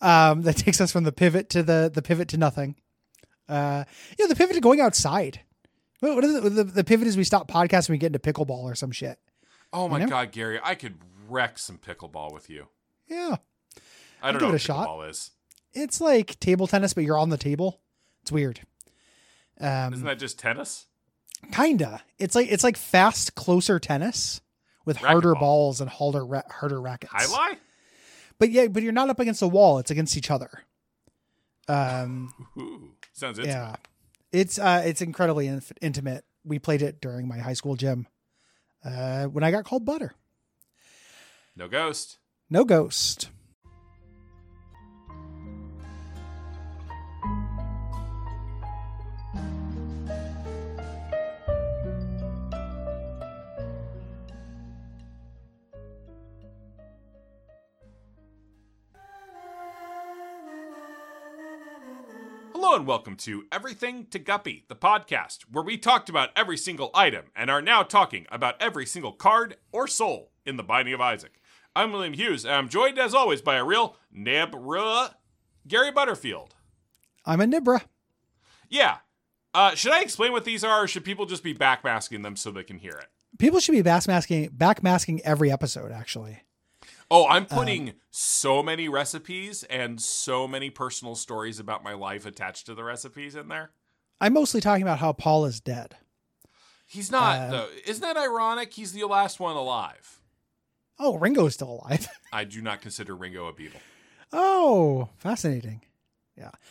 Speaker 2: Um, that takes us from the pivot to the the pivot to nothing. Uh, yeah, the pivot to going outside. What, what is the, the, the pivot is we stop podcast and we get into pickleball or some shit.
Speaker 1: Oh my
Speaker 2: know?
Speaker 1: god, Gary, I could wreck some pickleball with you.
Speaker 2: Yeah,
Speaker 1: I don't
Speaker 2: give
Speaker 1: know
Speaker 2: it a
Speaker 1: what
Speaker 2: shot.
Speaker 1: pickleball is.
Speaker 2: it's like table tennis, but you're on the table. It's weird. Um,
Speaker 1: Isn't that just tennis?
Speaker 2: Kinda. It's like it's like fast, closer tennis with harder
Speaker 1: Racquetball.
Speaker 2: balls and harder ra- harder rackets.
Speaker 1: High lie?
Speaker 2: But yeah, but you're not up against the wall. It's against each other. Um.
Speaker 1: Ooh, sounds interesting.
Speaker 2: yeah. It's uh. It's incredibly inf- intimate. We played it during my high school gym. Uh, when I got called butter,
Speaker 1: No ghost.
Speaker 2: no ghost.
Speaker 1: Hello and welcome to Everything to Guppy, the podcast where we talked about every single item and are now talking about every single card or soul in the Binding of Isaac. I'm William Hughes, and I'm joined as always by a real Nebra Gary Butterfield.
Speaker 2: I'm a Nibra.
Speaker 1: Yeah. Uh, should I explain what these are, or should people just be backmasking them so they can hear it?
Speaker 2: People should be backmasking backmasking every episode. Actually,
Speaker 1: Oh, I'm putting so many recipes and so many personal stories about my life attached to the recipes in there.
Speaker 2: I'm mostly talking about how Paul is dead.
Speaker 1: He's not,
Speaker 2: Um,
Speaker 1: though. Isn't that ironic? He's the last one alive.
Speaker 2: Oh, Ringo's still alive. [laughs]
Speaker 1: I do not consider Ringo a Beatle.
Speaker 2: oh, fascinating.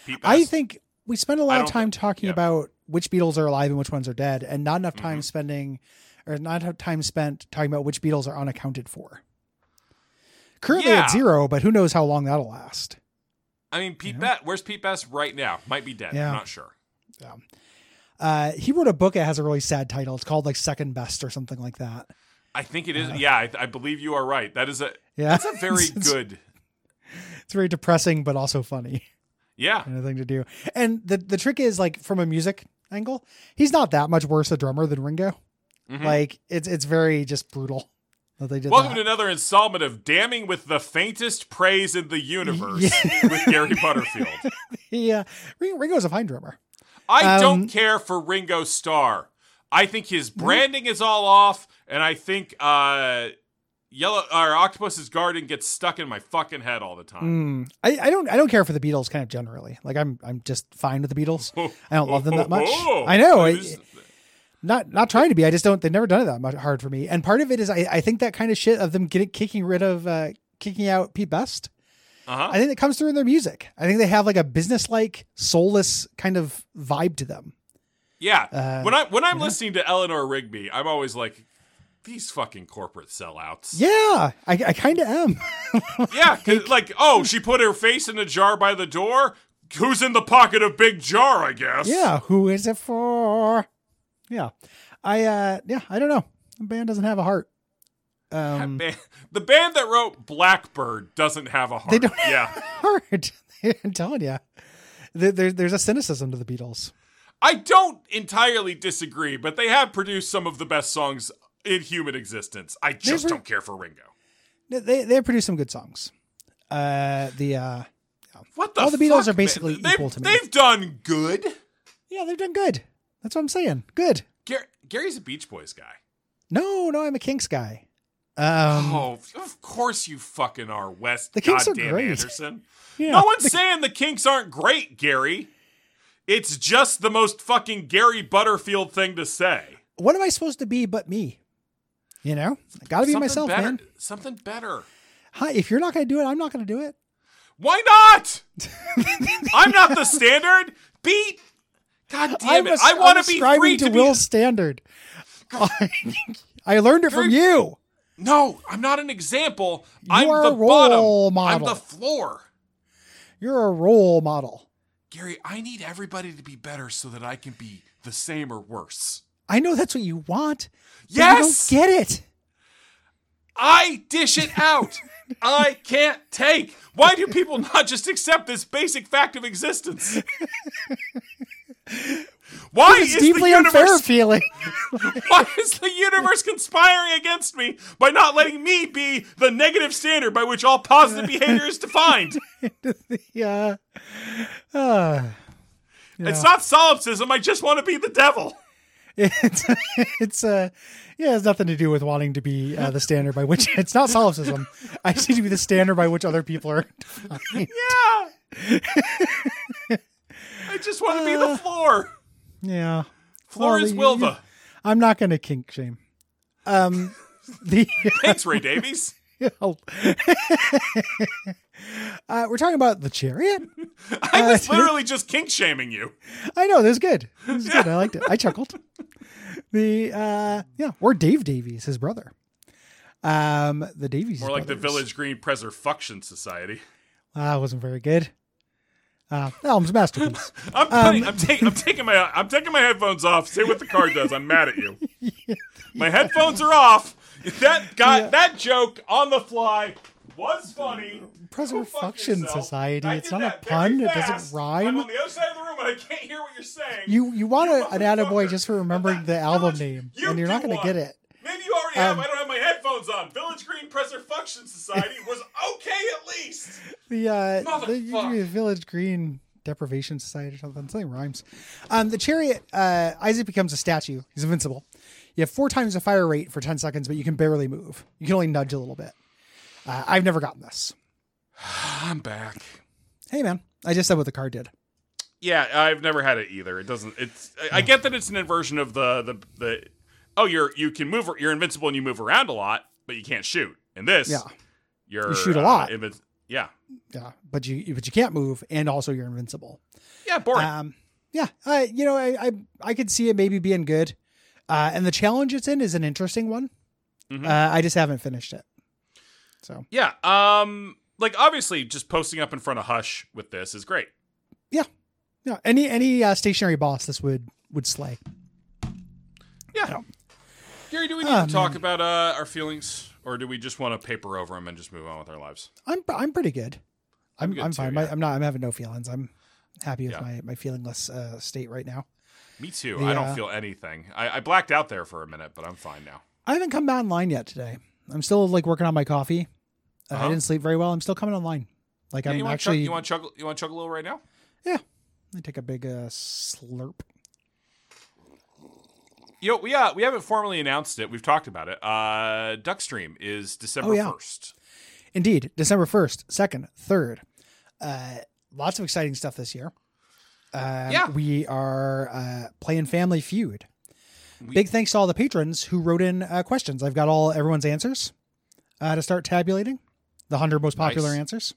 Speaker 1: Pete
Speaker 2: I
Speaker 1: Best-
Speaker 2: think we spend a
Speaker 1: I
Speaker 2: lot of
Speaker 1: don't
Speaker 2: time talking
Speaker 1: yeah. Mm-hmm.
Speaker 2: about which Beatles are alive and which ones are dead, and not enough time spending, or not enough time spent talking about which Beatles are unaccounted for. Currently
Speaker 1: Yeah.
Speaker 2: at zero, but who knows how long that'll last.
Speaker 1: I mean, Pete
Speaker 2: you know?
Speaker 1: Best. Where's Pete Best right now? Might be dead.
Speaker 2: Yeah.
Speaker 1: I'm not sure.
Speaker 2: Uh, he wrote a book that has a really sad title. It's called like Second Best or something like that.
Speaker 1: I think it is. Yeah, I, I believe you are right. That is a
Speaker 2: Yeah, [laughs]
Speaker 1: that's a very
Speaker 2: Uh. It's-
Speaker 1: good.
Speaker 2: It's very depressing, but also funny. [laughs]
Speaker 1: Yeah,
Speaker 2: kind of thing to do. And the the trick is like from a music angle, he's not that much worse a drummer than Ringo.
Speaker 1: Mhm.
Speaker 2: Like it's it's very just brutal that they did.
Speaker 1: Welcome to
Speaker 2: that.
Speaker 1: another installment of Damning with the Faintest Praise in the
Speaker 2: [laughs]
Speaker 1: Universe with Gary Butterfield.
Speaker 2: yeah, Ringo, uh, Ringo's a fine drummer.
Speaker 1: I
Speaker 2: Um,
Speaker 1: don't care for Ringo Starr. I think his branding is all off, and I think uh, Yellow or Octopus's Garden gets stuck in my fucking head all the time.
Speaker 2: Mm. I, I don't I don't care for the Beatles kind of generally. Like I'm I'm just fine with the
Speaker 1: [laughs]
Speaker 2: Beatles. I don't love them that much.
Speaker 1: Oh,
Speaker 2: I know. I-
Speaker 1: who's-
Speaker 2: not not trying to be. I just don't. They've never done it that much hard for me. And part of it is I, I think that kind of shit of them getting kicking rid of uh, kicking out Pete Best
Speaker 1: Uh-huh.
Speaker 2: I think that comes through in their music. I think they have like a business-like, soulless kind of vibe to them.
Speaker 1: Yeah.
Speaker 2: Uh,
Speaker 1: when I when I'm
Speaker 2: yeah.
Speaker 1: listening to Eleanor Rigby, I'm always like, these fucking corporate sellouts.
Speaker 2: Yeah, I, I kind
Speaker 1: [laughs]
Speaker 2: of am.
Speaker 1: Yeah, 'cause, like, oh, she put her face in a jar by the door. Who's in the pocket of Big Jar? I guess.
Speaker 2: yeah, who is it for? Yeah, I uh, yeah, I don't know. The band doesn't have a heart.
Speaker 1: That
Speaker 2: Um,
Speaker 1: band- the band that wrote Blackbird doesn't have a heart.
Speaker 2: They don't-
Speaker 1: Yeah.
Speaker 2: [laughs] heart. I'm telling you, there, there, there's a cynicism to the Beatles.
Speaker 1: I don't entirely disagree, but they have produced some of the best songs in human existence. I just
Speaker 2: were-
Speaker 1: don't care for Ringo.
Speaker 2: They- They they produce some good songs. Uh, the uh,
Speaker 1: What the?
Speaker 2: All the Beatles
Speaker 1: fuck,
Speaker 2: are
Speaker 1: man?
Speaker 2: basically
Speaker 1: They've-
Speaker 2: equal to me.
Speaker 1: They've done good.
Speaker 2: yeah, they've done good. That's what I'm saying. Good.
Speaker 1: Gar- Gary's a Beach Boys guy.
Speaker 2: No, no, I'm a Kinks guy. Um,
Speaker 1: Oh, of course you fucking are, West.
Speaker 2: The Kinks are
Speaker 1: goddamn
Speaker 2: great.
Speaker 1: Anderson.
Speaker 2: [laughs] yeah.
Speaker 1: No one's saying the Kinks aren't great, Gary. It's just the most fucking Gary Butterfield thing to say.
Speaker 2: what am I supposed to be but me? You know, I gotta be
Speaker 1: something
Speaker 2: myself,
Speaker 1: better.
Speaker 2: man.
Speaker 1: Something better.
Speaker 2: Hi, if you're not gonna do it, I'm not
Speaker 1: [laughs]
Speaker 2: gonna do it.
Speaker 1: Why not? I'm not the standard. Beat. God damn
Speaker 2: [laughs] I'm
Speaker 1: it! I
Speaker 2: as-
Speaker 1: want
Speaker 2: I'm
Speaker 1: to be
Speaker 2: ascribing
Speaker 1: free to,
Speaker 2: to
Speaker 1: be- [laughs]
Speaker 2: Will's standard. [laughs] I, I learned it from
Speaker 1: Very-
Speaker 2: you.
Speaker 1: No, I'm not an example. I'm
Speaker 2: are
Speaker 1: the
Speaker 2: a role
Speaker 1: bottom.
Speaker 2: model.
Speaker 1: I'm the floor.
Speaker 2: You're a role model.
Speaker 1: Gary, I need everybody to be better so that I can be the same or worse.
Speaker 2: I know that's what you want. but
Speaker 1: Yes,
Speaker 2: you don't get it.
Speaker 1: I dish it out. I can't take. Why do people not just accept this basic fact of existence? Why
Speaker 2: It's
Speaker 1: is
Speaker 2: deeply
Speaker 1: the
Speaker 2: unfair
Speaker 1: [laughs] universe
Speaker 2: feeling. [laughs]
Speaker 1: Why is the universe conspiring against me by not letting me be the negative standard by which all positive behavior is defined?
Speaker 2: yeah. Uh,
Speaker 1: It's not solipsism. I just want to be the devil.
Speaker 2: it's [laughs] it's uh yeah, it has nothing to do with wanting to be uh, the standard by which it's not solipsism. I just need to be the standard by which other people are.
Speaker 1: Yeah. [laughs] I just want to be the floor.
Speaker 2: Yeah,
Speaker 1: Floor is
Speaker 2: Uh, Well, you- [laughs]
Speaker 1: Wilva.
Speaker 2: I'm not going to kink shame. Um, the [laughs]
Speaker 1: Thanks, Ray Davies.
Speaker 2: uh, we're talking about the chariot.
Speaker 1: I
Speaker 2: Uh,
Speaker 1: was
Speaker 2: [laughs]
Speaker 1: literally just kink shaming you.
Speaker 2: I know this is good. This is good. I liked it. I chuckled. The uh yeah, or Dave Davies, his brother. Um, the Davies.
Speaker 1: More like the
Speaker 2: brothers.
Speaker 1: Village Green Preservation Society.
Speaker 2: Ah, it wasn't very good. Uh, that album's
Speaker 1: [laughs]
Speaker 2: a masterpiece.
Speaker 1: I'm, putting, I'm, taking I'm taking my I'm taking my headphones off. Say what the card does. I'm mad at
Speaker 2: [laughs]
Speaker 1: you. My headphones are off. That got that joke on the fly was funny.
Speaker 2: Preservation
Speaker 1: yourself.
Speaker 2: Society.
Speaker 1: I
Speaker 2: It's
Speaker 1: did
Speaker 2: not a
Speaker 1: that very
Speaker 2: pun. It
Speaker 1: fast.
Speaker 2: doesn't
Speaker 1: I'm
Speaker 2: rhyme.
Speaker 1: on the other side of the room and I can't hear what you're saying.
Speaker 2: You you want a, an attaboy
Speaker 1: motherfucker.
Speaker 2: just for remembering the
Speaker 1: How
Speaker 2: album
Speaker 1: much
Speaker 2: name,
Speaker 1: you
Speaker 2: and you're not
Speaker 1: do
Speaker 2: going to
Speaker 1: want.
Speaker 2: get it.
Speaker 1: Maybe you already have.
Speaker 2: Um,
Speaker 1: I don't have my headphones on. Village Green Preservation Society was okay at least.
Speaker 2: The uh, the,
Speaker 1: Motherfuck.
Speaker 2: the Village Green Deprivation Society or something. Something rhymes. Um, the chariot. Uh, Isaac becomes a statue. He's invincible. You have four times the fire rate for ten seconds, but you can barely move. You can only nudge a little bit. Uh, I've never gotten this.
Speaker 1: I'm back.
Speaker 2: Hey man, I just said what the card did.
Speaker 1: Yeah, I've never had it either. It doesn't. It's. I, I get that it's an inversion of the the the. Oh, you're you can move. You're invincible and you move around a lot, but you can't shoot. And this,
Speaker 2: Yeah.
Speaker 1: you're
Speaker 2: You shoot a lot.
Speaker 1: invinc- yeah,
Speaker 2: Yeah, but you but you can't move, and also you're invincible.
Speaker 1: yeah, boring.
Speaker 2: Um, yeah, I you know I, I I could see it maybe being good, uh, and the challenge it's in is an interesting one.
Speaker 1: Mhm.
Speaker 2: Uh, I just haven't finished it. So
Speaker 1: yeah. Um. Like obviously, just posting up in front of Hush with this is great.
Speaker 2: yeah, any any uh, stationary boss this would would slay.
Speaker 1: Yeah. Gary, do we need
Speaker 2: Ah,
Speaker 1: to talk about uh, our feelings, or do we just want to paper over them and just move on with our lives?
Speaker 2: I'm I'm pretty good. I'm I'm,
Speaker 1: good too,
Speaker 2: fine.
Speaker 1: yeah.
Speaker 2: I, I'm not. I'm having no feelings. I'm happy with
Speaker 1: Yeah.
Speaker 2: my my feelingless uh, state right now.
Speaker 1: Me too.
Speaker 2: The,
Speaker 1: I don't
Speaker 2: uh,
Speaker 1: feel anything. I, I blacked out there for a minute, but I'm fine now.
Speaker 2: I haven't come online yet today. I'm still like working on my coffee. Uh,
Speaker 1: Uh-huh.
Speaker 2: I didn't sleep very well. I'm still coming online. Like
Speaker 1: Yeah,
Speaker 2: I'm
Speaker 1: you want
Speaker 2: actually.
Speaker 1: you want chug you want chug a little right now?
Speaker 2: I take a big uh, slurp.
Speaker 1: You know, yeah, we haven't formally announced it. We've talked about it. Uh, Duckstream is December
Speaker 2: Oh, yeah.
Speaker 1: 1st.
Speaker 2: Indeed, December 1st, 2nd, 3rd. Uh, lots of exciting stuff this year. Um,
Speaker 1: Yeah.
Speaker 2: We are uh, playing Family Feud.
Speaker 1: We-
Speaker 2: Big thanks to all the patrons who wrote in uh, questions. I've got all everyone's answers uh, to start tabulating. The 100 most popular
Speaker 1: Nice.
Speaker 2: answers.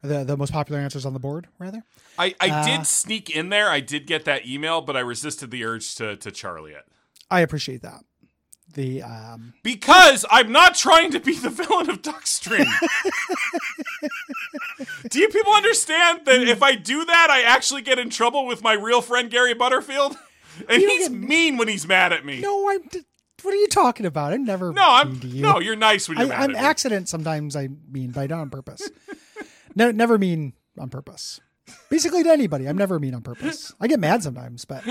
Speaker 2: The, the most popular answers on the board, rather.
Speaker 1: I, I
Speaker 2: Uh,
Speaker 1: did sneak in there. I did get that email, but I resisted the urge to, to Charlie it.
Speaker 2: I appreciate that. The um,
Speaker 1: Because I'm not trying to be the villain of
Speaker 2: [laughs]
Speaker 1: Duckstream. do you people understand that if I do that, I actually get in trouble with my real friend Gary Butterfield? [laughs] And
Speaker 2: You don't
Speaker 1: he's
Speaker 2: get-
Speaker 1: mean when he's mad at me.
Speaker 2: No, I'm. What are you talking about? I'm never.
Speaker 1: No, I'm
Speaker 2: mean to you.
Speaker 1: no. You're nice when you're
Speaker 2: I,
Speaker 1: mad
Speaker 2: I'm
Speaker 1: at me.
Speaker 2: accident sometimes I mean, but I don't on purpose. no, never mean on purpose. Basically to anybody, I'm never mean on purpose. I get mad sometimes, but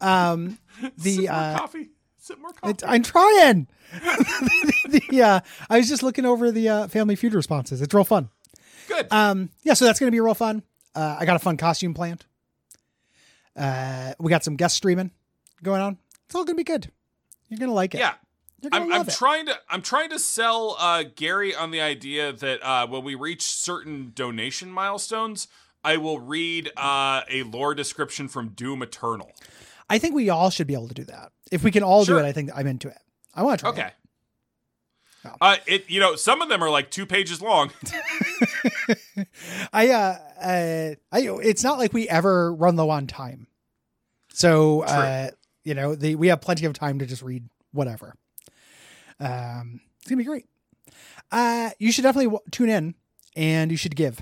Speaker 2: um the
Speaker 1: Sip more
Speaker 2: uh
Speaker 1: coffee. Sip more coffee.
Speaker 2: it, I'm trying. [laughs] the, uh, I was just looking over the uh, Family Feud responses. It's real fun.
Speaker 1: Good.
Speaker 2: Um, yeah, so that's gonna be real fun. Uh, I got a fun costume planned. Uh, we got some guest streaming going on. It's all gonna be good. You're gonna like it.
Speaker 1: yeah.
Speaker 2: You're gonna
Speaker 1: I'm,
Speaker 2: love
Speaker 1: I'm
Speaker 2: it.
Speaker 1: trying to I'm trying to sell uh, Gary on the idea that uh, when we reach certain donation milestones, I will read uh, a lore description from Doom Eternal.
Speaker 2: I think we all should be able to do that. If we can all
Speaker 1: Sure.
Speaker 2: do it, I think I'm into it. I want to try.
Speaker 1: Okay.
Speaker 2: It. Yeah.
Speaker 1: Uh, it you know some of them are like two pages
Speaker 2: [laughs]
Speaker 1: long.
Speaker 2: I uh, uh, I it's not like we ever run low on time, so uh, you know the, we have plenty of time to just read whatever. Um, it's gonna be great. Uh, you should definitely w- tune in, and you should give.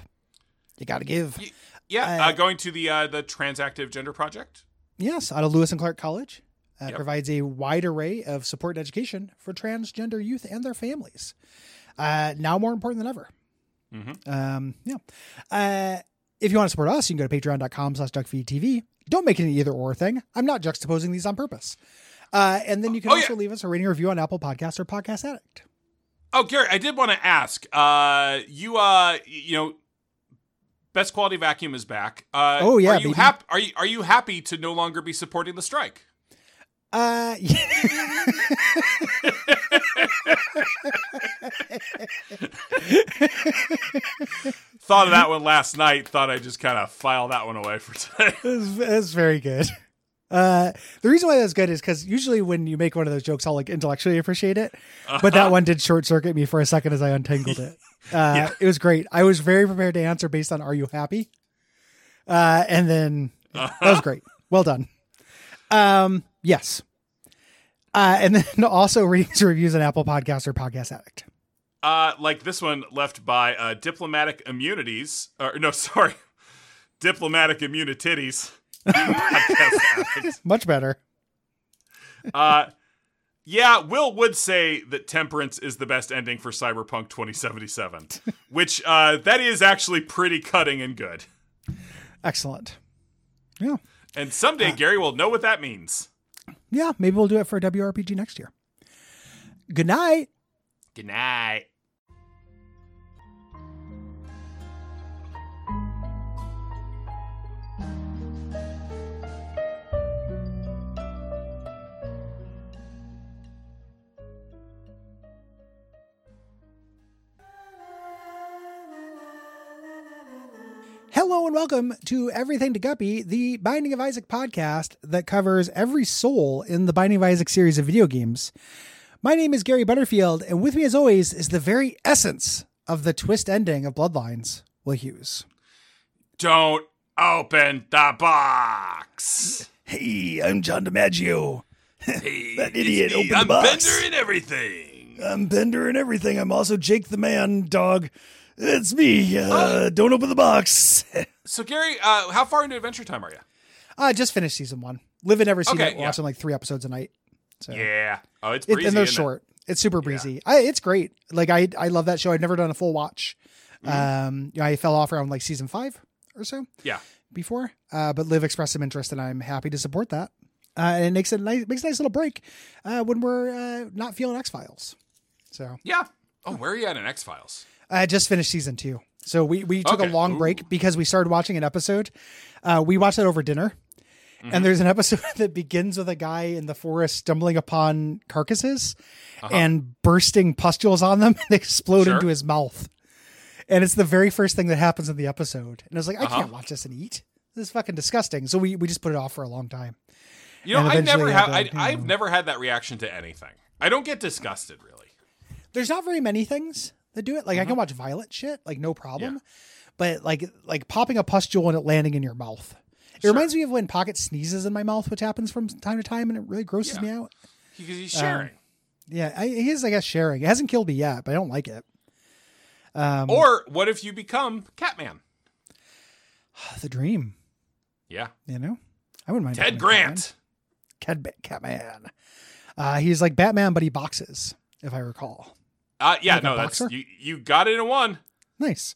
Speaker 2: You gotta give.
Speaker 1: Y- Yeah, uh,
Speaker 2: Uh,
Speaker 1: going to the uh, the Transactive Gender Project.
Speaker 2: Yes, out of Lewis and Clark College. Uh,
Speaker 1: Yep.
Speaker 2: Provides a wide array of support and education for transgender youth and their families. Uh, now more important than ever.
Speaker 1: Mhm.
Speaker 2: Um, yeah. Uh, If you want to support us, you can go to patreon.com slash duckfeedtv. Don't make it an either or thing. I'm not juxtaposing these on purpose. Uh, and then you can
Speaker 1: Oh,
Speaker 2: also
Speaker 1: yeah.
Speaker 2: leave us a rating or review on Apple Podcasts or Podcast Addict.
Speaker 1: Oh, Gary, I did want to ask. Uh, you, uh, y- you know, best quality vacuum is back. Uh,
Speaker 2: Oh, yeah,
Speaker 1: Are you
Speaker 2: baby.
Speaker 1: hap- Are you are you happy to no longer be supporting the strike?
Speaker 2: Uh, [laughs]
Speaker 1: Thought of that one last night. Thought I just kind of file that one away for [laughs] today.
Speaker 2: That's, that's very good. [laughs] Uh, the reason why that's good is because usually when you make one of those jokes, I'll like intellectually appreciate it. But that one did short circuit me for a second as I untangled it. Uh,
Speaker 1: Yeah.
Speaker 2: It was great. I was very prepared to answer based on "Are you happy?" Uh, and then that was great. Well done. Um, yes. Uh, and then [laughs] also ratings and reviews on Apple Podcasts or Podcast Addict.
Speaker 1: Uh, like this one left by uh, diplomatic immunities. Or no, [laughs] sorry, diplomatic immunitities. [laughs] Podcast addict.
Speaker 2: Much better.
Speaker 1: uh, yeah, Will would say that Temperance is the best ending for Cyberpunk [laughs] 2077, which uh, that is actually pretty cutting and good.
Speaker 2: Excellent. Yeah.
Speaker 1: And someday Gary will know what that means.
Speaker 2: Yeah. Maybe we'll do it for WRPG next year. Good night.
Speaker 1: Good night.
Speaker 2: Hello and welcome to Everything to Guppy, the Binding of Isaac podcast that covers every soul in the Binding of Isaac series of video games. My name is Gary Butterfield, and with me, as always, is the very essence of the twist ending of Bloodlines, Will Hughes.
Speaker 1: Don't open the box.
Speaker 2: Hey, I'm John DiMaggio.
Speaker 1: Hey,
Speaker 2: That
Speaker 1: it's
Speaker 2: idiot
Speaker 1: me.
Speaker 2: opened the
Speaker 1: I'm
Speaker 2: box. Uh,
Speaker 1: Bender and everything.
Speaker 2: I'm Bender and everything. I'm also Jake the Man, dog. It's me. Uh, don't open the box. [laughs]
Speaker 1: So Gary, uh, how far into Adventure Time are you?
Speaker 2: I just finished season one. Live and never seen
Speaker 1: Okay,
Speaker 2: it.
Speaker 1: yeah.
Speaker 2: Watching like three episodes a night. So
Speaker 1: Yeah. Oh, it's
Speaker 2: It-
Speaker 1: breezy.
Speaker 2: and they're
Speaker 1: isn't it?
Speaker 2: short. It's super breezy. I, it's great. Like I, I love that show. I've never done a full watch.
Speaker 1: Mm-hmm.
Speaker 2: Um, you know, I fell off around like season five or so
Speaker 1: Yeah.
Speaker 2: before, uh, but Liv expressed some interest, and I'm happy to support that. Uh, and it makes it nice, makes a nice little break uh, when we're uh, not feeling X Files. So
Speaker 1: Yeah. Oh, where are you at in X Files?
Speaker 2: I just finished season two. So we, we took
Speaker 1: Okay.
Speaker 2: a long
Speaker 1: Ooh.
Speaker 2: break because we started watching an episode. Uh, we watched it over dinner.
Speaker 1: Mm-hmm.
Speaker 2: And there's an [laughs] episode that begins with a guy in the forest stumbling upon carcasses and bursting pustules on them [laughs] and explode
Speaker 1: Uh-huh. Sure.
Speaker 2: into his mouth. And it's the very first thing that happens in the episode. And I was like, I
Speaker 1: Uh-huh.
Speaker 2: can't watch this and eat. This is fucking disgusting. So we, we just put it off for a long time.
Speaker 1: You know,
Speaker 2: And
Speaker 1: I never
Speaker 2: eventually I
Speaker 1: have. I,
Speaker 2: got,
Speaker 1: I've
Speaker 2: yeah.
Speaker 1: never had that reaction to anything. I don't get disgusted really.
Speaker 2: there's not very many things that do it. Like
Speaker 1: Uh-huh.
Speaker 2: I can watch violent shit, like no problem. But like like popping a pustule and it landing in your mouth. It reminds me of when Pocket sneezes in my mouth, which happens from time to time, and it really grosses
Speaker 1: Yeah.
Speaker 2: me out.
Speaker 1: Because
Speaker 2: Um,
Speaker 1: he's sharing,
Speaker 2: Yeah, I, he is, I guess, sharing. It hasn't killed me yet, but I don't like it. [sighs] um,
Speaker 1: or what if you become Catman?
Speaker 2: The dream,
Speaker 1: Yeah,
Speaker 2: you know, I wouldn't mind.
Speaker 1: Ted
Speaker 2: Batman.
Speaker 1: Grant.
Speaker 2: Ted Ba- Catman. Uh, he's like Batman, but he boxes, if I recall.
Speaker 1: Uh, yeah,
Speaker 2: Like a
Speaker 1: no, that's
Speaker 2: boxer?
Speaker 1: you. You got it in one.
Speaker 2: Nice,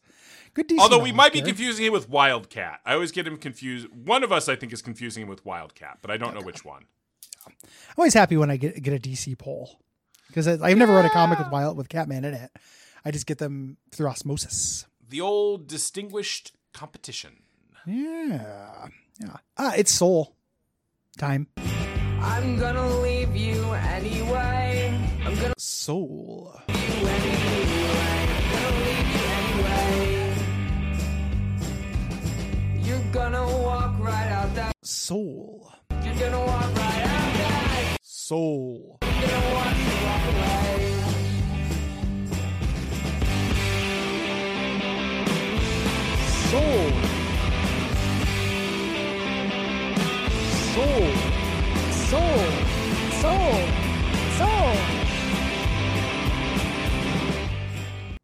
Speaker 2: good. DC
Speaker 1: Although we
Speaker 2: knowledge
Speaker 1: might be
Speaker 2: there.
Speaker 1: confusing him with Wildcat. I always get him confused. One of us, I think, is confusing him with Wildcat, but I don't know which one.
Speaker 2: I'm always happy when I get get a DC poll because I've never read a comic with Wild with Catman in it. I just get them through osmosis.
Speaker 1: The old distinguished competition.
Speaker 2: Yeah, yeah. Ah, it's Soul time.
Speaker 3: I'm gonna leave you anyway. I'm gonna
Speaker 2: Soul.
Speaker 3: leave you anyway. Gonna leave you anyway. You're gonna walk right out that.
Speaker 2: Soul.
Speaker 3: You're gonna walk right out that.
Speaker 2: Soul.
Speaker 3: You're gonna walk, walk away.
Speaker 2: Soul. Soul. Soul. Soul. Soul.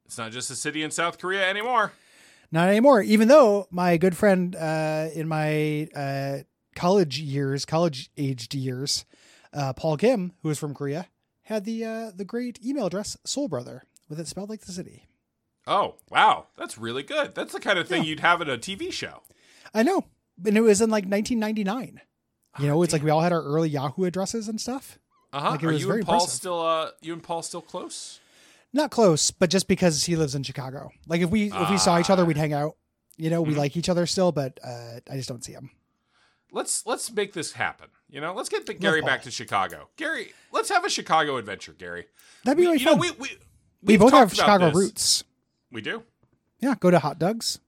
Speaker 1: It's not just a city in South Korea anymore.
Speaker 2: Not anymore. Even though my good friend uh, in my uh, college years, college aged years, uh, Paul Kim, who is from Korea, had the uh, the great email address Soul Brother with it spelled like the city.
Speaker 1: Oh, wow. That's really good. That's the kind of thing you'd have at a TV show.
Speaker 2: I know. And it was in like 1999.
Speaker 1: Oh,
Speaker 2: You know, it's like we all had our early Yahoo addresses and stuff.
Speaker 1: Uh-huh.
Speaker 2: Like, it
Speaker 1: Are
Speaker 2: was
Speaker 1: you
Speaker 2: very
Speaker 1: and Paul
Speaker 2: impressive.
Speaker 1: still uh you and Paul still close?
Speaker 2: Not close, but just because he lives in Chicago. Like if we if we saw each
Speaker 1: Ah.
Speaker 2: other, we'd hang out. You know, we
Speaker 1: Mm-hmm.
Speaker 2: like each other still, but uh, I just don't see him.
Speaker 1: Let's let's make this happen. You know, let's get Gary
Speaker 2: Paul.
Speaker 1: back to Chicago. Gary, let's have a Chicago adventure, Gary.
Speaker 2: That'd be really
Speaker 1: you
Speaker 2: fun.
Speaker 1: know, we we
Speaker 2: we
Speaker 1: we've
Speaker 2: both
Speaker 1: talked
Speaker 2: have
Speaker 1: about
Speaker 2: Chicago
Speaker 1: this.
Speaker 2: roots.
Speaker 1: We do.
Speaker 2: Yeah, go to hot dogs.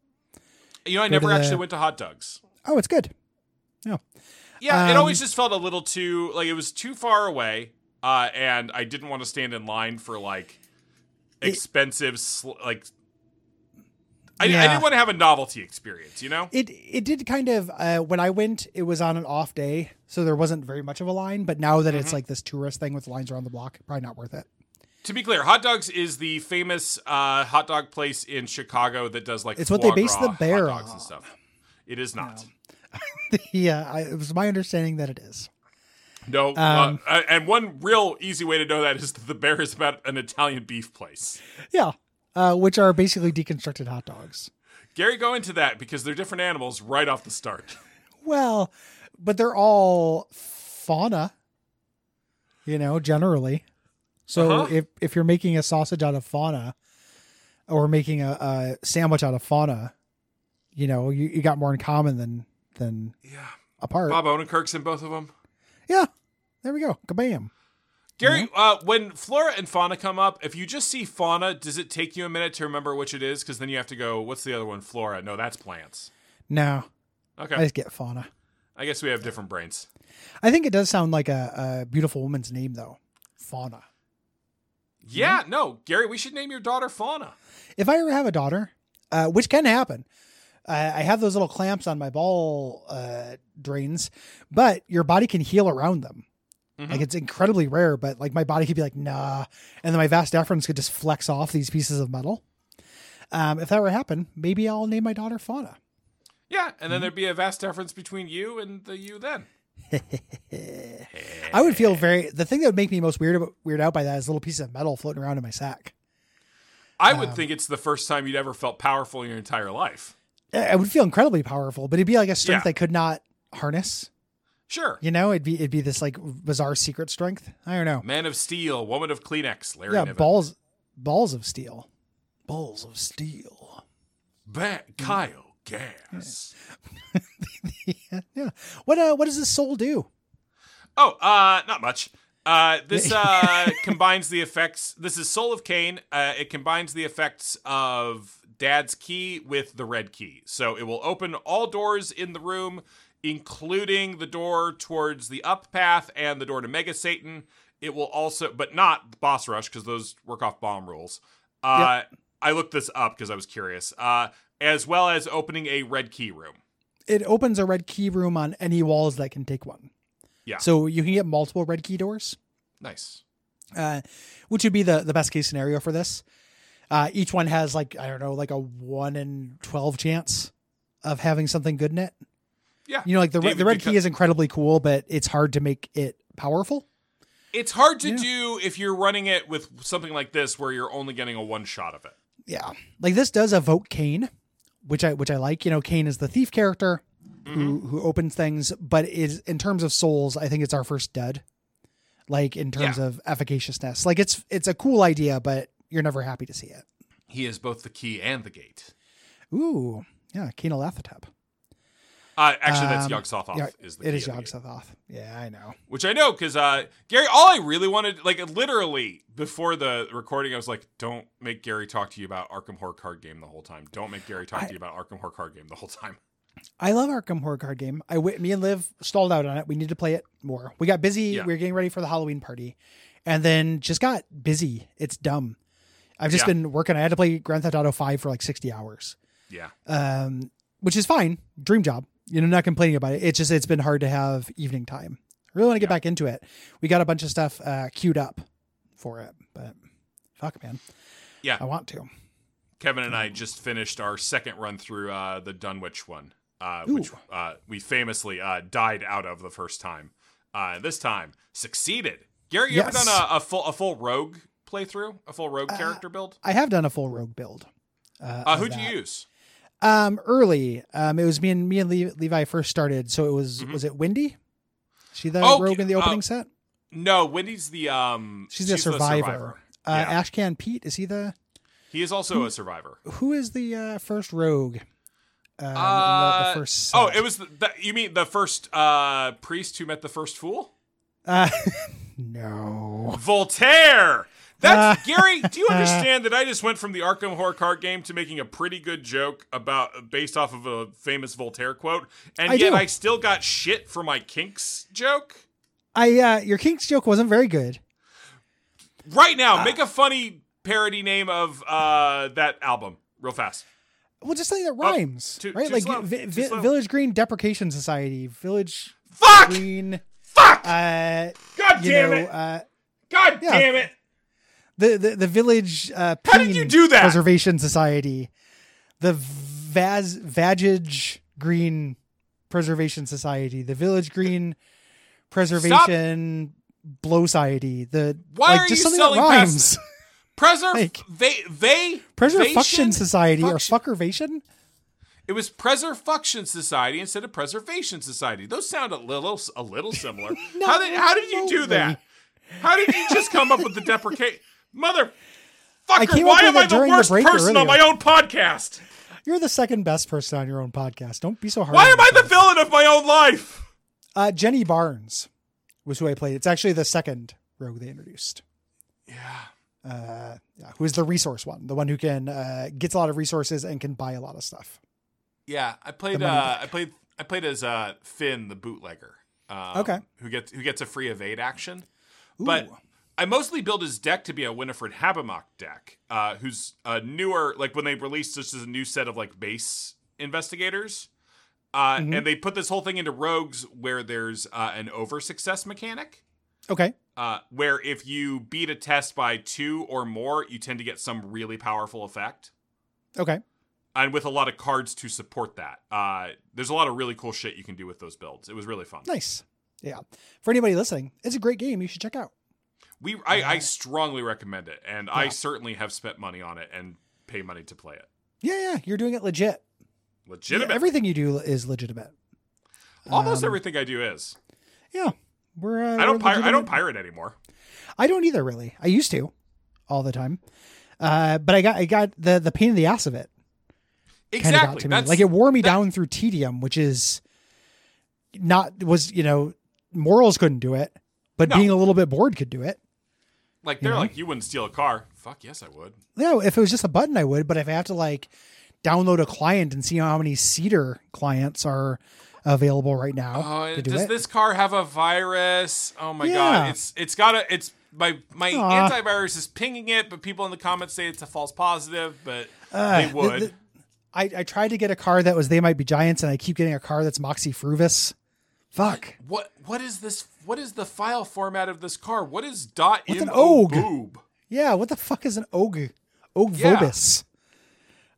Speaker 1: You know, I
Speaker 2: Go to
Speaker 1: never actually
Speaker 2: the-
Speaker 1: went to hot dogs.
Speaker 2: Oh, it's good.
Speaker 1: Yeah, it
Speaker 2: Um,
Speaker 1: always just felt a little too like it was too far away, uh, and I didn't want to stand in line for like expensive sl- like. I, I
Speaker 2: Yeah.
Speaker 1: didn't want to have a novelty experience, you know.
Speaker 2: It it did kind of uh, when I went, it was on an off day, so there wasn't very much of a line. But now that it's like this tourist thing with lines around the block, probably not worth it. [laughs]
Speaker 1: To be clear, hot dogs is the famous uh, hot dog place in Chicago that does like
Speaker 2: It's what they
Speaker 1: foie
Speaker 2: base
Speaker 1: gras
Speaker 2: the bear
Speaker 1: hot dogs
Speaker 2: on.
Speaker 1: and stuff. It is not.
Speaker 2: yeah, uh, I, it was my understanding that it is.
Speaker 1: No,
Speaker 2: Um,
Speaker 1: uh, uh, and one real easy way to know that is that the bear is about an Italian beef place.
Speaker 2: Yeah, uh, which are basically deconstructed hot dogs.
Speaker 1: Gary, go into that because they're different animals right off the start.
Speaker 2: Well, but they're all fauna, you know, generally. So
Speaker 1: Uh-huh.
Speaker 2: if if you're making a sausage out of fauna, or making a, a sandwich out of fauna, you know, you, you got more in common than than
Speaker 1: Yeah,
Speaker 2: apart.
Speaker 1: Bob Odenkirk's in both of them.
Speaker 2: Yeah, there we go. Kabam.
Speaker 1: Gary,
Speaker 2: Mm-hmm.
Speaker 1: uh, when flora and fauna come up, if you just see fauna, does it take you a minute to remember which it is? Because then you have to go, what's the other one? Flora. No, that's plants.
Speaker 2: No, I Mm-hmm.
Speaker 1: Okay.
Speaker 2: just get fauna.
Speaker 1: I guess we have different brains.
Speaker 2: I think it does sound like a, a beautiful woman's name though, fauna.
Speaker 1: Yeah, no, Gary, we should name your daughter Fauna.
Speaker 2: if I ever have a daughter, uh, which can happen, uh, I have those little clamps on my ball uh, drains, but your body can heal around them.
Speaker 1: Mhm.
Speaker 2: Like it's incredibly rare, but like my body could be like, nah. And then my vas deferens could just flex off these pieces of metal. Um, if that were to happen, maybe I'll name my daughter Fauna.
Speaker 1: Yeah, and
Speaker 2: Mm-hmm.
Speaker 1: then there'd be a vast difference between you and the you then.
Speaker 2: I would feel very, the thing that would make me most weird, weird out by that is little pieces of metal floating around in my sack.
Speaker 1: I would think it's the first time you'd ever felt powerful in your entire life.
Speaker 2: I I would feel incredibly powerful, but it'd be like a strength
Speaker 1: Yeah.
Speaker 2: I could not harness.
Speaker 1: Sure.
Speaker 2: You know, it'd be, it'd be this like bizarre secret strength. I don't know.
Speaker 1: Man of Steel, Woman of Kleenex, Larry
Speaker 2: yeah,
Speaker 1: Niven.
Speaker 2: balls, balls of steel, balls of steel.
Speaker 1: Ba- Kyle Gas.
Speaker 2: yeah. What uh? What does this soul do?
Speaker 1: Oh, uh, not much. Uh,
Speaker 2: [laughs]
Speaker 1: this uh, combines the effects. This is Soul of Cain. Uh, it combines the effects of Dad's key with the red key. So it will open all doors in the room, including the door towards the up path and the door to Mega Satan. It will also, but not Boss Rush, because those work off bomb rules. Uh, I looked this up because I was curious, uh, as well as opening a red key room.
Speaker 2: It opens a red key room on any walls that can take one.
Speaker 1: Yeah.
Speaker 2: So you can get multiple red key doors,
Speaker 1: Nice.
Speaker 2: uh, which would be the the best case scenario for this. Uh, each one has like I don't know, like a one in twelve chance of having something good in it.
Speaker 1: Yeah.
Speaker 2: You know, like the re-
Speaker 1: David
Speaker 2: the red
Speaker 1: Duchovny-
Speaker 2: key is incredibly cool, but it's hard to make it powerful.
Speaker 1: It's hard to
Speaker 2: Yeah.
Speaker 1: do if you're running it with something like this where you're only getting a one shot of it.
Speaker 2: yeah like this does evoke kane which i which i like you know kane is the thief character who
Speaker 1: Mm-hmm.
Speaker 2: who opens things but is in terms of souls i think it's our first dud like in terms
Speaker 1: Yeah.
Speaker 2: of efficaciousness like it's it's a cool idea but you're never happy to see it
Speaker 1: He is both the key and the gate.
Speaker 2: ooh yeah kane Alathatep.
Speaker 1: Uh, actually, that's
Speaker 2: Um,
Speaker 1: Yog Sothoth.
Speaker 2: yeah,
Speaker 1: is the key
Speaker 2: it is
Speaker 1: and the gate.
Speaker 2: Yogg-Sothoth. yeah i know
Speaker 1: which I know because uh, Gary. All I really wanted, like literally before the recording, I was like, "Don't make Gary talk to you about Arkham Horror Card Game the whole time. Don't make Gary talk
Speaker 2: I-
Speaker 1: to you about Arkham Horror Card Game the whole time." [laughs]
Speaker 2: i love arkham horror card game i wi- me and liv stalled out on it we need to play it more we got busy
Speaker 1: Yeah.
Speaker 2: we were getting ready for the halloween party and then just got busy it's dumb I've just
Speaker 1: Yeah.
Speaker 2: been working. I had to play Grand Theft Auto Five for like sixty hours,
Speaker 1: Yeah,
Speaker 2: um, which is fine. Dream job. You know, not complaining about it. It's just it's been hard to have evening time. I really want to get
Speaker 1: Yeah.
Speaker 2: back into it. We got a bunch of stuff uh, queued up for it, but fuck, man,
Speaker 1: yeah.
Speaker 2: I want to.
Speaker 1: Kevin and I just finished our second run through uh, the Dunwich one, uh,
Speaker 2: Ooh.
Speaker 1: which uh, we famously uh, died out of the first time. Uh, this time, succeeded. Gary, you ever
Speaker 2: Yes.
Speaker 1: done a, a full a full rogue playthrough, a full rogue character build?
Speaker 2: I have done a full rogue build. Uh,
Speaker 1: Uh,
Speaker 2: of
Speaker 1: who'd
Speaker 2: that.
Speaker 1: you use?
Speaker 2: Um, early. Um, it was me and me and Le- Levi first started. So it was was it Wendy? She the
Speaker 1: Mm-hmm. Oh,
Speaker 2: rogue in the
Speaker 1: uh,
Speaker 2: opening set.
Speaker 1: No, Wendy's the um.
Speaker 2: She's, the survivor. Uh,
Speaker 1: Yeah.
Speaker 2: Ashcan Pete is he the
Speaker 1: He is also a survivor.
Speaker 2: who is the uh, first rogue? Um, in the- the,
Speaker 1: Uh,
Speaker 2: first.
Speaker 1: Oh,
Speaker 2: set?
Speaker 1: it was the, the you mean the first uh priest who met the first fool?
Speaker 2: Uh, [laughs] no.
Speaker 1: Voltaire. That's
Speaker 2: [laughs]
Speaker 1: Gary. Do you understand that I just went from the Arkham Horror card game to making a pretty good joke about based off of a famous Voltaire quote, and
Speaker 2: I
Speaker 1: yet
Speaker 2: do.
Speaker 1: I still got shit for my kinks joke.
Speaker 2: I uh, your King's joke wasn't very good.
Speaker 1: Right
Speaker 2: Uh,
Speaker 1: now, make a funny parody name of uh that album real fast.
Speaker 2: Well, just something that rhymes,
Speaker 1: Oh, too-
Speaker 2: right?
Speaker 1: too
Speaker 2: like
Speaker 1: slow,
Speaker 2: vi-
Speaker 1: too
Speaker 2: vi-
Speaker 1: slow.
Speaker 2: Village Green Deprecation Society, Village
Speaker 1: Fuck!
Speaker 2: Green.
Speaker 1: Fuck!
Speaker 2: Uh,
Speaker 1: God
Speaker 2: you
Speaker 1: damn
Speaker 2: know,
Speaker 1: it!
Speaker 2: uh,
Speaker 1: God
Speaker 2: yeah.
Speaker 1: damn it!
Speaker 2: the, the the Village. Uh,
Speaker 1: How did you
Speaker 2: Peen
Speaker 1: do that?
Speaker 2: Preservation Society, the Vaz Vagage Green Preservation Society, the Village Green Preservation Blow Society. The
Speaker 1: Why
Speaker 2: like,
Speaker 1: are
Speaker 2: just
Speaker 1: you
Speaker 2: something
Speaker 1: selling
Speaker 2: that
Speaker 1: past-
Speaker 2: rhymes? [laughs]
Speaker 1: Preserve
Speaker 2: Like-
Speaker 1: they they
Speaker 2: Preservation
Speaker 1: vation-
Speaker 2: Society or
Speaker 1: fuction-
Speaker 2: Fuckervation?
Speaker 1: It was Preservation Society instead of Preservation Society. Those sound a little a little
Speaker 2: [laughs]
Speaker 1: similar.
Speaker 2: Not
Speaker 1: how did how did you do that? How did you just come up with the deprecate mother? Fucker,
Speaker 2: came up
Speaker 1: why
Speaker 2: with
Speaker 1: am
Speaker 2: it
Speaker 1: I the
Speaker 2: during the
Speaker 1: worst
Speaker 2: break
Speaker 1: person on my
Speaker 2: earlier.
Speaker 1: own podcast?
Speaker 2: You're the second best person on your own podcast. Don't be so hard.
Speaker 1: Why
Speaker 2: on
Speaker 1: am I the
Speaker 2: yourself.
Speaker 1: villain of my own life?
Speaker 2: Uh, Jenny Barnes was who I played. It's actually the second rogue they introduced. Yeah. Uh, yeah. Who is the resource one? The one who can uh, gets a lot of resources and can buy a lot of stuff.
Speaker 1: Yeah, I played.
Speaker 2: The money
Speaker 1: Uh, I played. I played as uh, Finn, the bootlegger. Um,
Speaker 2: Okay.
Speaker 1: Who gets who gets a free evade action? But
Speaker 2: Ooh.
Speaker 1: I mostly build his deck to be a Winifred Habermock deck, uh, who's a newer. Like when they released this as a new set of like base investigators, uh,
Speaker 2: Mm-hmm.
Speaker 1: and they put this whole thing into rogues where there's uh, an over success mechanic.
Speaker 2: Okay.
Speaker 1: Uh, where if you beat a test by two or more, you tend to get some really powerful effect
Speaker 2: Okay.
Speaker 1: and with a lot of cards to support that. Uh, there's a lot of really cool shit you can do with those builds. It was really fun.
Speaker 2: Nice. Yeah. For anybody listening, it's a great game. You should check out.
Speaker 1: We I, I strongly recommend it, and I
Speaker 2: Yeah.
Speaker 1: certainly have spent money on it and pay money to play it.
Speaker 2: Yeah, yeah. You're doing it legit. Yeah,
Speaker 1: Legitimate.
Speaker 2: everything you do is legitimate.
Speaker 1: Almost
Speaker 2: um,
Speaker 1: everything I do is.
Speaker 2: Yeah. We're. Uh,
Speaker 1: I don't
Speaker 2: we're
Speaker 1: pirate. I don't
Speaker 2: legitimate-
Speaker 1: pirate anymore.
Speaker 2: I don't either really. I used to all the time. Uh, but I got I got the the pain in the ass of it kind of got
Speaker 1: Exactly.
Speaker 2: to me.
Speaker 1: That's
Speaker 2: Like it wore me down through tedium, which is not was, you know, morals couldn't do it, but
Speaker 1: No.
Speaker 2: being a little bit bored could do it.
Speaker 1: like they're like you wouldn't steal a car. Fuck yes, I would.
Speaker 2: You know, if it was just a button I would, but if I have to like download a client and see how many Cedar clients are available right now
Speaker 1: Oh,
Speaker 2: to do
Speaker 1: does
Speaker 2: it.
Speaker 1: this car have a virus? Oh my
Speaker 2: Yeah.
Speaker 1: god! It's it's got a it's my my
Speaker 2: Aw.
Speaker 1: antivirus is pinging it, but people in the comments say it's a false positive, but
Speaker 2: Uh,
Speaker 1: they would.
Speaker 2: the- the- I, I tried to get a car that was they might be giants and I keep getting a car that's Moxie Fruvis. Fuck.
Speaker 1: What what is this? What is the file format of this car? What is dot
Speaker 2: What's an
Speaker 1: M O
Speaker 2: OG?
Speaker 1: boob?
Speaker 2: Yeah, what the fuck is an og og
Speaker 1: Yeah.
Speaker 2: vobis?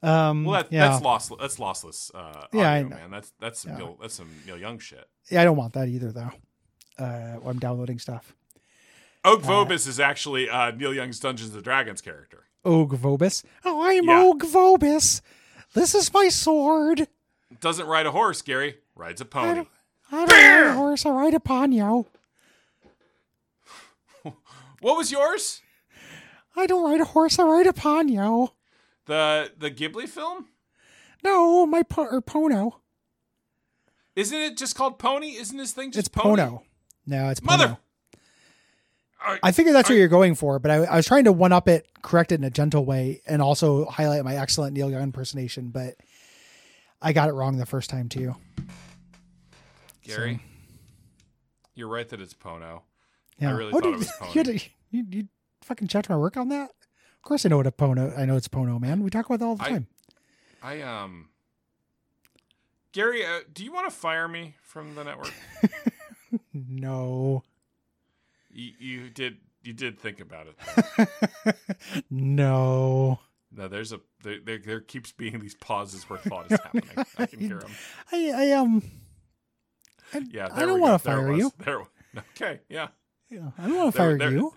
Speaker 2: Um,
Speaker 1: Well, that,
Speaker 2: yeah.
Speaker 1: that's loss. That's lossless. Uh,
Speaker 2: Yeah, I
Speaker 1: audio,
Speaker 2: know.
Speaker 1: man. That's that's some Neil, that's some Neil Young shit.
Speaker 2: yeah, I don't want that either though. Uh, when I'm downloading stuff.
Speaker 1: Og Vobis is actually uh, Neil Young's Dungeons and Dragons character.
Speaker 2: Og vobis. Oh, I'm
Speaker 1: Yeah.
Speaker 2: og vobis. This is my sword.
Speaker 1: Doesn't ride a horse, Gary. Rides a pony.
Speaker 2: I don't ride a horse. I ride upon you.
Speaker 1: What was yours?
Speaker 2: I don't ride a horse. I ride upon you.
Speaker 1: The the Ghibli film?
Speaker 2: No, my po- or Pono.
Speaker 1: Isn't it just called Pony? Isn't this thing just
Speaker 2: It's
Speaker 1: Pony?
Speaker 2: Pono. No, it's Pono.
Speaker 1: Mother. Are-
Speaker 2: I figure that's what you're going for, but I, I was trying to one up it, correct it in a gentle way, and also highlight my excellent Neil Young impersonation, but I got it wrong the first time too.
Speaker 1: Gary, you're right that it's Pono.
Speaker 2: Yeah.
Speaker 1: really thought
Speaker 2: dude,
Speaker 1: it was Pono.
Speaker 2: You, [laughs] had to- you, you fucking checked my work on that? Of course I know what a Pono I know it's Pono, man. We talk about that all the
Speaker 1: I-
Speaker 2: time.
Speaker 1: I um. Gary, uh, do you want to fire me from the
Speaker 2: [laughs]
Speaker 1: network?
Speaker 2: No. [laughs]
Speaker 1: You, you did you did think about it.
Speaker 2: No.
Speaker 1: No, there's a there, there there keeps being these pauses where thought is happening.
Speaker 2: [laughs]
Speaker 1: I can hear them.
Speaker 2: I I um I,
Speaker 1: Yeah, there
Speaker 2: I don't
Speaker 1: want to
Speaker 2: fire you.
Speaker 1: There, [laughs] okay, yeah,
Speaker 2: Yeah, I don't want to
Speaker 1: There-
Speaker 2: fire
Speaker 1: there-
Speaker 2: you.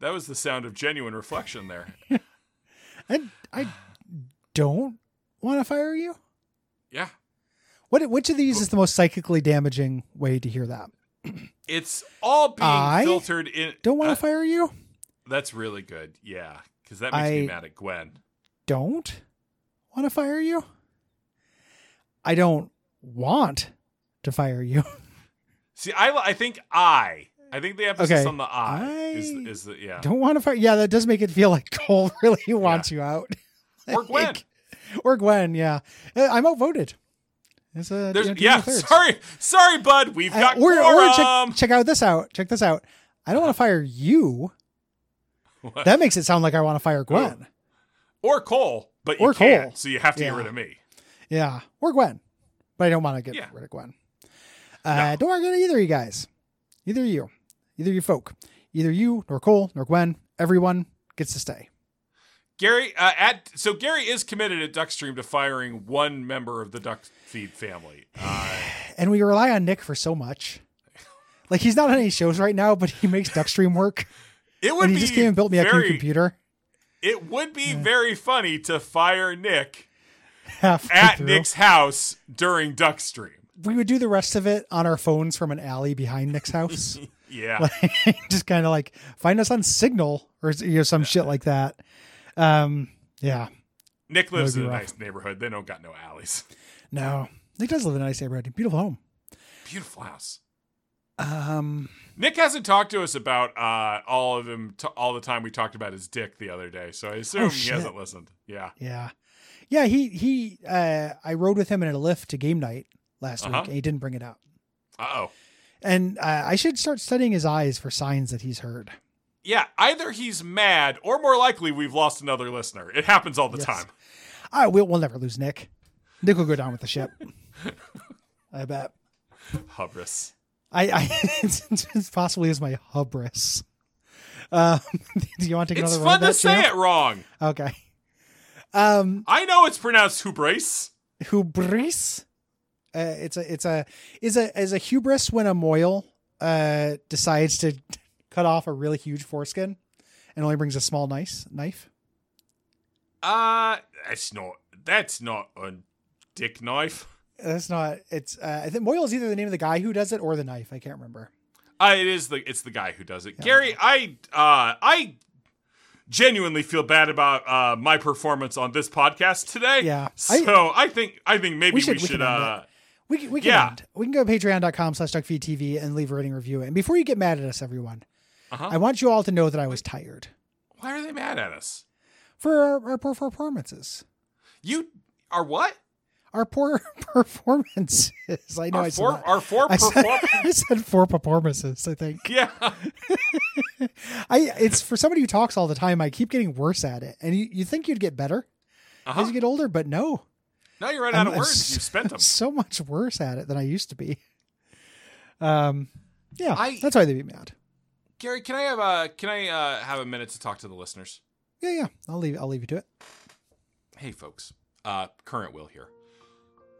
Speaker 1: that was the sound of genuine reflection there.
Speaker 2: I, I don't want to fire you?
Speaker 1: Yeah.
Speaker 2: What which of these is the most psychically damaging way to hear that?
Speaker 1: It's all being
Speaker 2: I
Speaker 1: filtered in.
Speaker 2: Don't want to
Speaker 1: Uh,
Speaker 2: fire you?
Speaker 1: That's really good. Yeah. Because that makes
Speaker 2: I-
Speaker 1: me mad at Gwen.
Speaker 2: Don't want to fire you? I don't want to fire you. [laughs]
Speaker 1: See, I, I think I. I think the emphasis
Speaker 2: Okay.
Speaker 1: on the I, is,
Speaker 2: I
Speaker 1: is the, yeah.
Speaker 2: Don't want to fire. Yeah, that does make it feel like Cole [laughs] really wants you out.
Speaker 1: Or Gwen.
Speaker 2: Like- [laughs] or Gwen, yeah. Uh, I'm outvoted. It's a
Speaker 1: There's,
Speaker 2: you know, two
Speaker 1: yeah,
Speaker 2: and a third.
Speaker 1: sorry, sorry, bud. We've
Speaker 2: Uh,
Speaker 1: got
Speaker 2: or, or
Speaker 1: quorum.
Speaker 2: check, check out this out. Check this out. I don't want to fire you. That makes it sound like I want to fire Gwen.
Speaker 1: or Cole, but you
Speaker 2: Or
Speaker 1: can't,
Speaker 2: Cole.
Speaker 1: so you have to
Speaker 2: Yeah.
Speaker 1: get rid of me.
Speaker 2: Yeah, or Gwen, but I don't want to get
Speaker 1: Yeah.
Speaker 2: rid of Gwen. Uh, Don't want to get either of you guys, either of you, either you folk, either you nor Cole nor Gwen. Everyone gets to stay.
Speaker 1: Gary, uh, at so Gary is committed at Duckstream to firing one member of the Duckfeed family. Uh,
Speaker 2: and we rely on Nick for so much. Like he's not on any shows right now, but he makes Duckstream work,
Speaker 1: it [laughs] would
Speaker 2: and he
Speaker 1: be
Speaker 2: just came and built me a new
Speaker 1: very-
Speaker 2: computer.
Speaker 1: It would be very funny to fire Nick
Speaker 2: halfway
Speaker 1: at
Speaker 2: through.
Speaker 1: Nick's house during Duckstream.
Speaker 2: we would do the rest of it on our phones from an alley behind
Speaker 1: [laughs]
Speaker 2: Nick's house. [laughs]
Speaker 1: Yeah,
Speaker 2: just kind of like find us on Signal or you know, some shit like that. Um, yeah,
Speaker 1: Nick lives
Speaker 2: That
Speaker 1: in
Speaker 2: would
Speaker 1: a
Speaker 2: be
Speaker 1: nice neighborhood. They don't got no alleys.
Speaker 2: no, Nick does live in a nice neighborhood, beautiful home.
Speaker 1: Beautiful house.
Speaker 2: Um,
Speaker 1: Nick hasn't talked to us about uh, all of him t- all the time we talked about his dick the other day, so I assume he
Speaker 2: Oh, shit.
Speaker 1: hasn't listened. Yeah.
Speaker 2: yeah, yeah. He he. Uh, I rode with him in a lift to game night last
Speaker 1: Uh-huh.
Speaker 2: week, and he didn't bring it up.
Speaker 1: Uh oh.
Speaker 2: And uh, I should start studying his eyes for signs that he's heard.
Speaker 1: Yeah. Either he's mad, or more likely, we've lost another listener. It happens all the
Speaker 2: Yes.
Speaker 1: time.
Speaker 2: I will. We'll never lose Nick. Nick will go down with
Speaker 1: [laughs]
Speaker 2: the ship. I bet.
Speaker 1: Hubris.
Speaker 2: I, I [laughs] it's, it's possibly is my hubris. Um, [laughs] do you want to take
Speaker 1: It's
Speaker 2: another
Speaker 1: fun
Speaker 2: run
Speaker 1: to say it wrong.
Speaker 2: Okay. Um,
Speaker 1: I know it's pronounced hubris.
Speaker 2: hubris. Uh, it's a it's a is a is a hubris when a moil uh decides to [laughs] cut off a really huge foreskin and only brings a small nice knife.
Speaker 1: Uh, that's not. That's not a dick knife.
Speaker 2: That's not. It's uh, I think moil is either the name of the guy who does it or the knife. I can't remember.
Speaker 1: Uh, it is the. It's the guy who does it. Gary, I. Uh, I genuinely feel bad about uh my performance on this podcast today.
Speaker 2: Yeah. I-
Speaker 1: So I, think I think maybe
Speaker 2: We
Speaker 1: we
Speaker 2: should-
Speaker 1: should,
Speaker 2: we can end
Speaker 1: uh
Speaker 2: We can, we can
Speaker 1: Yeah.
Speaker 2: end. We can go to patreon.com slash duckfeedtv and leave a rating review. And before you get mad at us, everyone,
Speaker 1: Uh-huh.
Speaker 2: I want you all to know that I was tired
Speaker 1: why are they mad at us?
Speaker 2: for our, our poor performances.
Speaker 1: You are what?
Speaker 2: Our poor [laughs] performances. I know
Speaker 1: Our
Speaker 2: I said,
Speaker 1: four,
Speaker 2: that.
Speaker 1: our four
Speaker 2: I, said, [laughs]
Speaker 1: perform-
Speaker 2: I said four performances, I think.
Speaker 1: yeah.
Speaker 2: I It's for somebody who talks all the time, I keep getting worse at it. And you, you think you'd get better as
Speaker 1: Uh-huh.
Speaker 2: you get older, but no.
Speaker 1: Now you're right
Speaker 2: I'm-
Speaker 1: out of
Speaker 2: I'm
Speaker 1: words.
Speaker 2: so-
Speaker 1: You spent
Speaker 2: [laughs]
Speaker 1: them.
Speaker 2: so much worse at it than I used to be. Um, yeah,
Speaker 1: I-
Speaker 2: that's why they'd be mad.
Speaker 1: Gary, can I have a can I uh, have a minute to talk to the listeners?
Speaker 2: Yeah, yeah. I'll leave. I'll leave you to it.
Speaker 1: Hey, folks. Uh, current will here.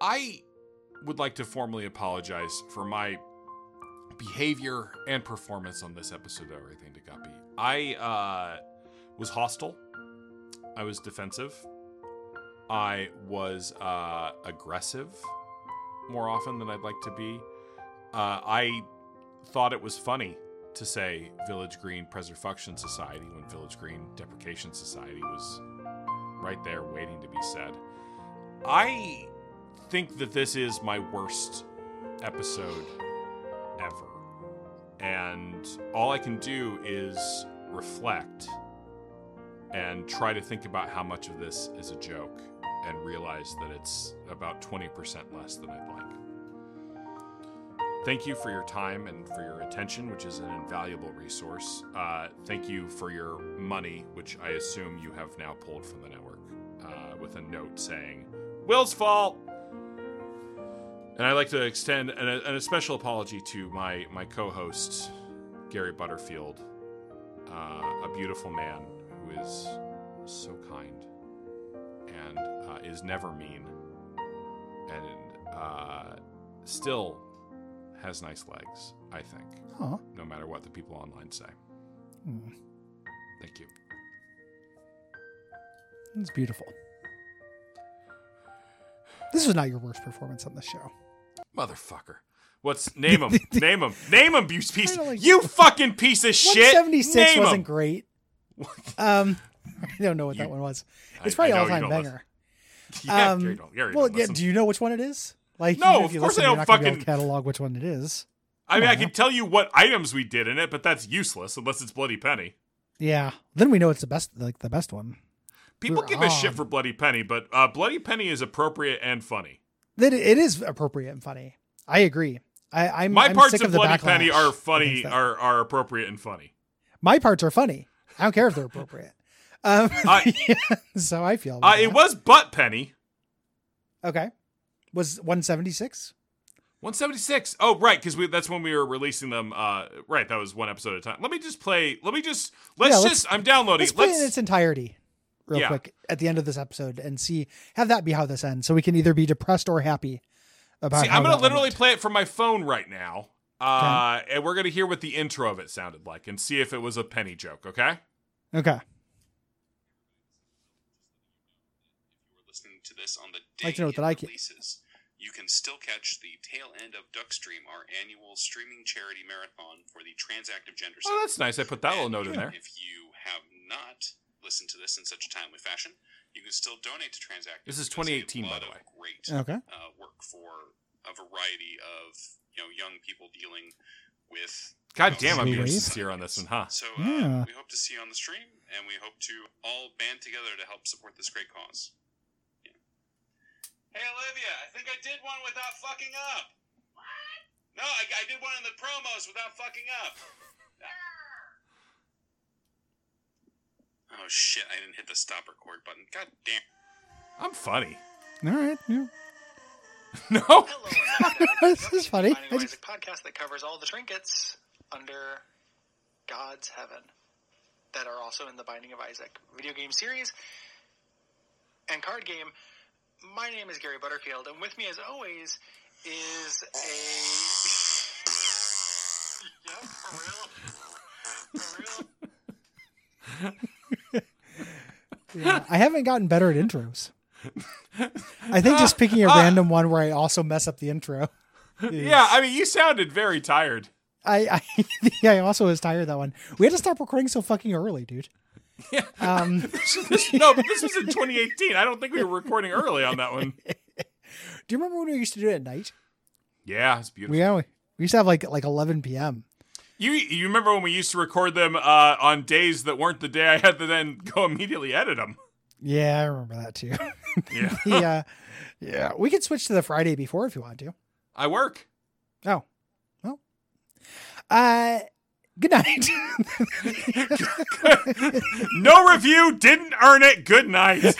Speaker 1: I would like to formally apologize for my behavior and performance on this episode of Everything to Guppy. I uh, was hostile. I was defensive. I was uh, aggressive more often than I'd like to be. Uh, I thought it was funny to say Village Green Preservation Society when Village Green Deprecation Society was right there waiting to be said. I think that this is my worst episode ever. And all I can do is reflect and try to think about how much of this is a joke and realize that it's about 20% less than I'd like. Thank you for your time and for your attention, which is an invaluable resource. Uh, thank you for your money, which I assume you have now pulled from the network, uh, with a note saying, Will's fault! And I'd like to extend an, an, a special apology to my, my co host, Gary Butterfield, uh, a beautiful man who is so kind and uh, is never mean and uh, still has nice legs, I think,
Speaker 2: Huh.
Speaker 1: no matter what the people online say. Thank you.
Speaker 2: It's beautiful. This was not your worst performance on the show.
Speaker 1: Motherfucker. What's name
Speaker 2: [laughs]
Speaker 1: him? name him. Name him. You piece.
Speaker 2: I don't like-
Speaker 1: you fucking piece of shit.
Speaker 2: 176
Speaker 1: Name
Speaker 2: wasn't
Speaker 1: 'em.
Speaker 2: great. Um, [laughs] I don't know what
Speaker 1: You-
Speaker 2: that one was. It's
Speaker 1: I-
Speaker 2: probably
Speaker 1: I know
Speaker 2: all time
Speaker 1: you don't listen.
Speaker 2: banger.
Speaker 1: Yeah,
Speaker 2: Um,
Speaker 1: you don't- you already
Speaker 2: Well,
Speaker 1: don't
Speaker 2: yeah.
Speaker 1: listen.
Speaker 2: Do you know which one it is? Like,
Speaker 1: No,
Speaker 2: even if
Speaker 1: of
Speaker 2: you
Speaker 1: course
Speaker 2: listen,
Speaker 1: I
Speaker 2: you're
Speaker 1: don't
Speaker 2: not gonna be able to
Speaker 1: fucking-
Speaker 2: catalog which one it is.
Speaker 1: I mean, I
Speaker 2: Wow.
Speaker 1: can tell you what items we did in it, but that's useless unless it's Bloody Penny.
Speaker 2: Yeah. Then we know it's the best, like the best one.
Speaker 1: People
Speaker 2: We're
Speaker 1: give a shit
Speaker 2: on.
Speaker 1: for Bloody Penny, but uh, Bloody Penny is appropriate and funny.
Speaker 2: That it- it is appropriate and funny. I agree. I, I'm
Speaker 1: My
Speaker 2: I'm
Speaker 1: parts
Speaker 2: sick
Speaker 1: of
Speaker 2: of the
Speaker 1: Bloody
Speaker 2: backlash
Speaker 1: Penny are
Speaker 2: against
Speaker 1: funny,
Speaker 2: that.
Speaker 1: are are appropriate and funny.
Speaker 2: My parts are funny. I don't care if they're appropriate. [laughs] Um,
Speaker 1: I-
Speaker 2: [laughs] so I feel.
Speaker 1: Uh,
Speaker 2: about
Speaker 1: it
Speaker 2: that.
Speaker 1: was Butt Penny.
Speaker 2: okay. Was 176?
Speaker 1: 176. Oh, right, because we that's when we were releasing them. Uh, right, that was one episode at a time. Let me just play. Let me just. Let's
Speaker 2: Yeah, let's-
Speaker 1: just. I'm downloading.
Speaker 2: Let's
Speaker 1: Let's.
Speaker 2: play it in its entirety real
Speaker 1: Yeah.
Speaker 2: quick at the end of this episode and see have that be how this ends so we can either be depressed or happy about
Speaker 1: see,
Speaker 2: how
Speaker 1: I'm gonna
Speaker 2: that
Speaker 1: literally
Speaker 2: went.
Speaker 1: play it from my phone right now. Uh, and we're gonna hear what the intro of it sounded like and see if it was a penny joke. Okay.
Speaker 2: okay
Speaker 4: are listening to this on the day
Speaker 2: Like to know
Speaker 4: it
Speaker 2: that I can-
Speaker 4: releases, you can still catch the tail end of Duckstream, our annual streaming charity marathon for the Transactive Gender
Speaker 1: Oh,
Speaker 4: Center.
Speaker 1: that's nice. I put that little
Speaker 4: And
Speaker 1: note in there.
Speaker 4: If you have not listened to this in such a timely fashion, you can still donate to Transactive.
Speaker 1: This is
Speaker 4: because they
Speaker 1: 2018,
Speaker 4: do a
Speaker 1: by
Speaker 4: lot
Speaker 1: the
Speaker 4: of
Speaker 1: way.
Speaker 4: Great
Speaker 2: okay
Speaker 4: uh, work for a variety of you know young people dealing with.
Speaker 1: God damn, I'm
Speaker 2: Sweet
Speaker 1: being
Speaker 2: wave.
Speaker 1: sincere on this one,
Speaker 2: [laughs]
Speaker 1: huh?
Speaker 4: So uh,
Speaker 2: Yeah.
Speaker 4: we hope to see you on the stream, and we hope to all band together to help support this great cause. Yeah. Hey Olivia, I think I did one without fucking up. What? No, I, I did one in the promos without fucking up. oh shit! I didn't hit the stop record button. God damn.
Speaker 1: I'm funny. [laughs]
Speaker 2: all right yeah.
Speaker 1: No.
Speaker 5: [laughs]
Speaker 2: this is funny
Speaker 5: Finding
Speaker 2: I
Speaker 5: Isaac
Speaker 2: just-
Speaker 5: podcast that covers all the trinkets under God's heaven that are also in the Binding of Isaac video game series and card game. My name is Gary Butterfield, and with me, as always, is a. [laughs] yep, for real. For real.
Speaker 2: yeah, [laughs] i haven't gotten better at intros i think just picking a random one where i also mess up the intro [laughs]
Speaker 1: Yeah, I mean, you sounded very tired.
Speaker 2: i i yeah i also was tired of that one we had to stop recording so fucking early dude um
Speaker 1: no, but this was in 2018. I don't think we were recording early on that one.
Speaker 2: do you remember when we used to do it at night
Speaker 1: Yeah, it's beautiful.
Speaker 2: we, yeah, we used to have like like 11 p.m
Speaker 1: You you remember when we used to record them uh, on days that weren't the day I had to then go immediately edit them?
Speaker 2: Yeah, I remember that too. [laughs]
Speaker 1: Yeah,
Speaker 2: yeah, yeah. We could switch to the Friday before if you want to.
Speaker 1: I work.
Speaker 2: Oh, well. Uh, good night. [laughs]
Speaker 1: no review, didn't earn it. Good night.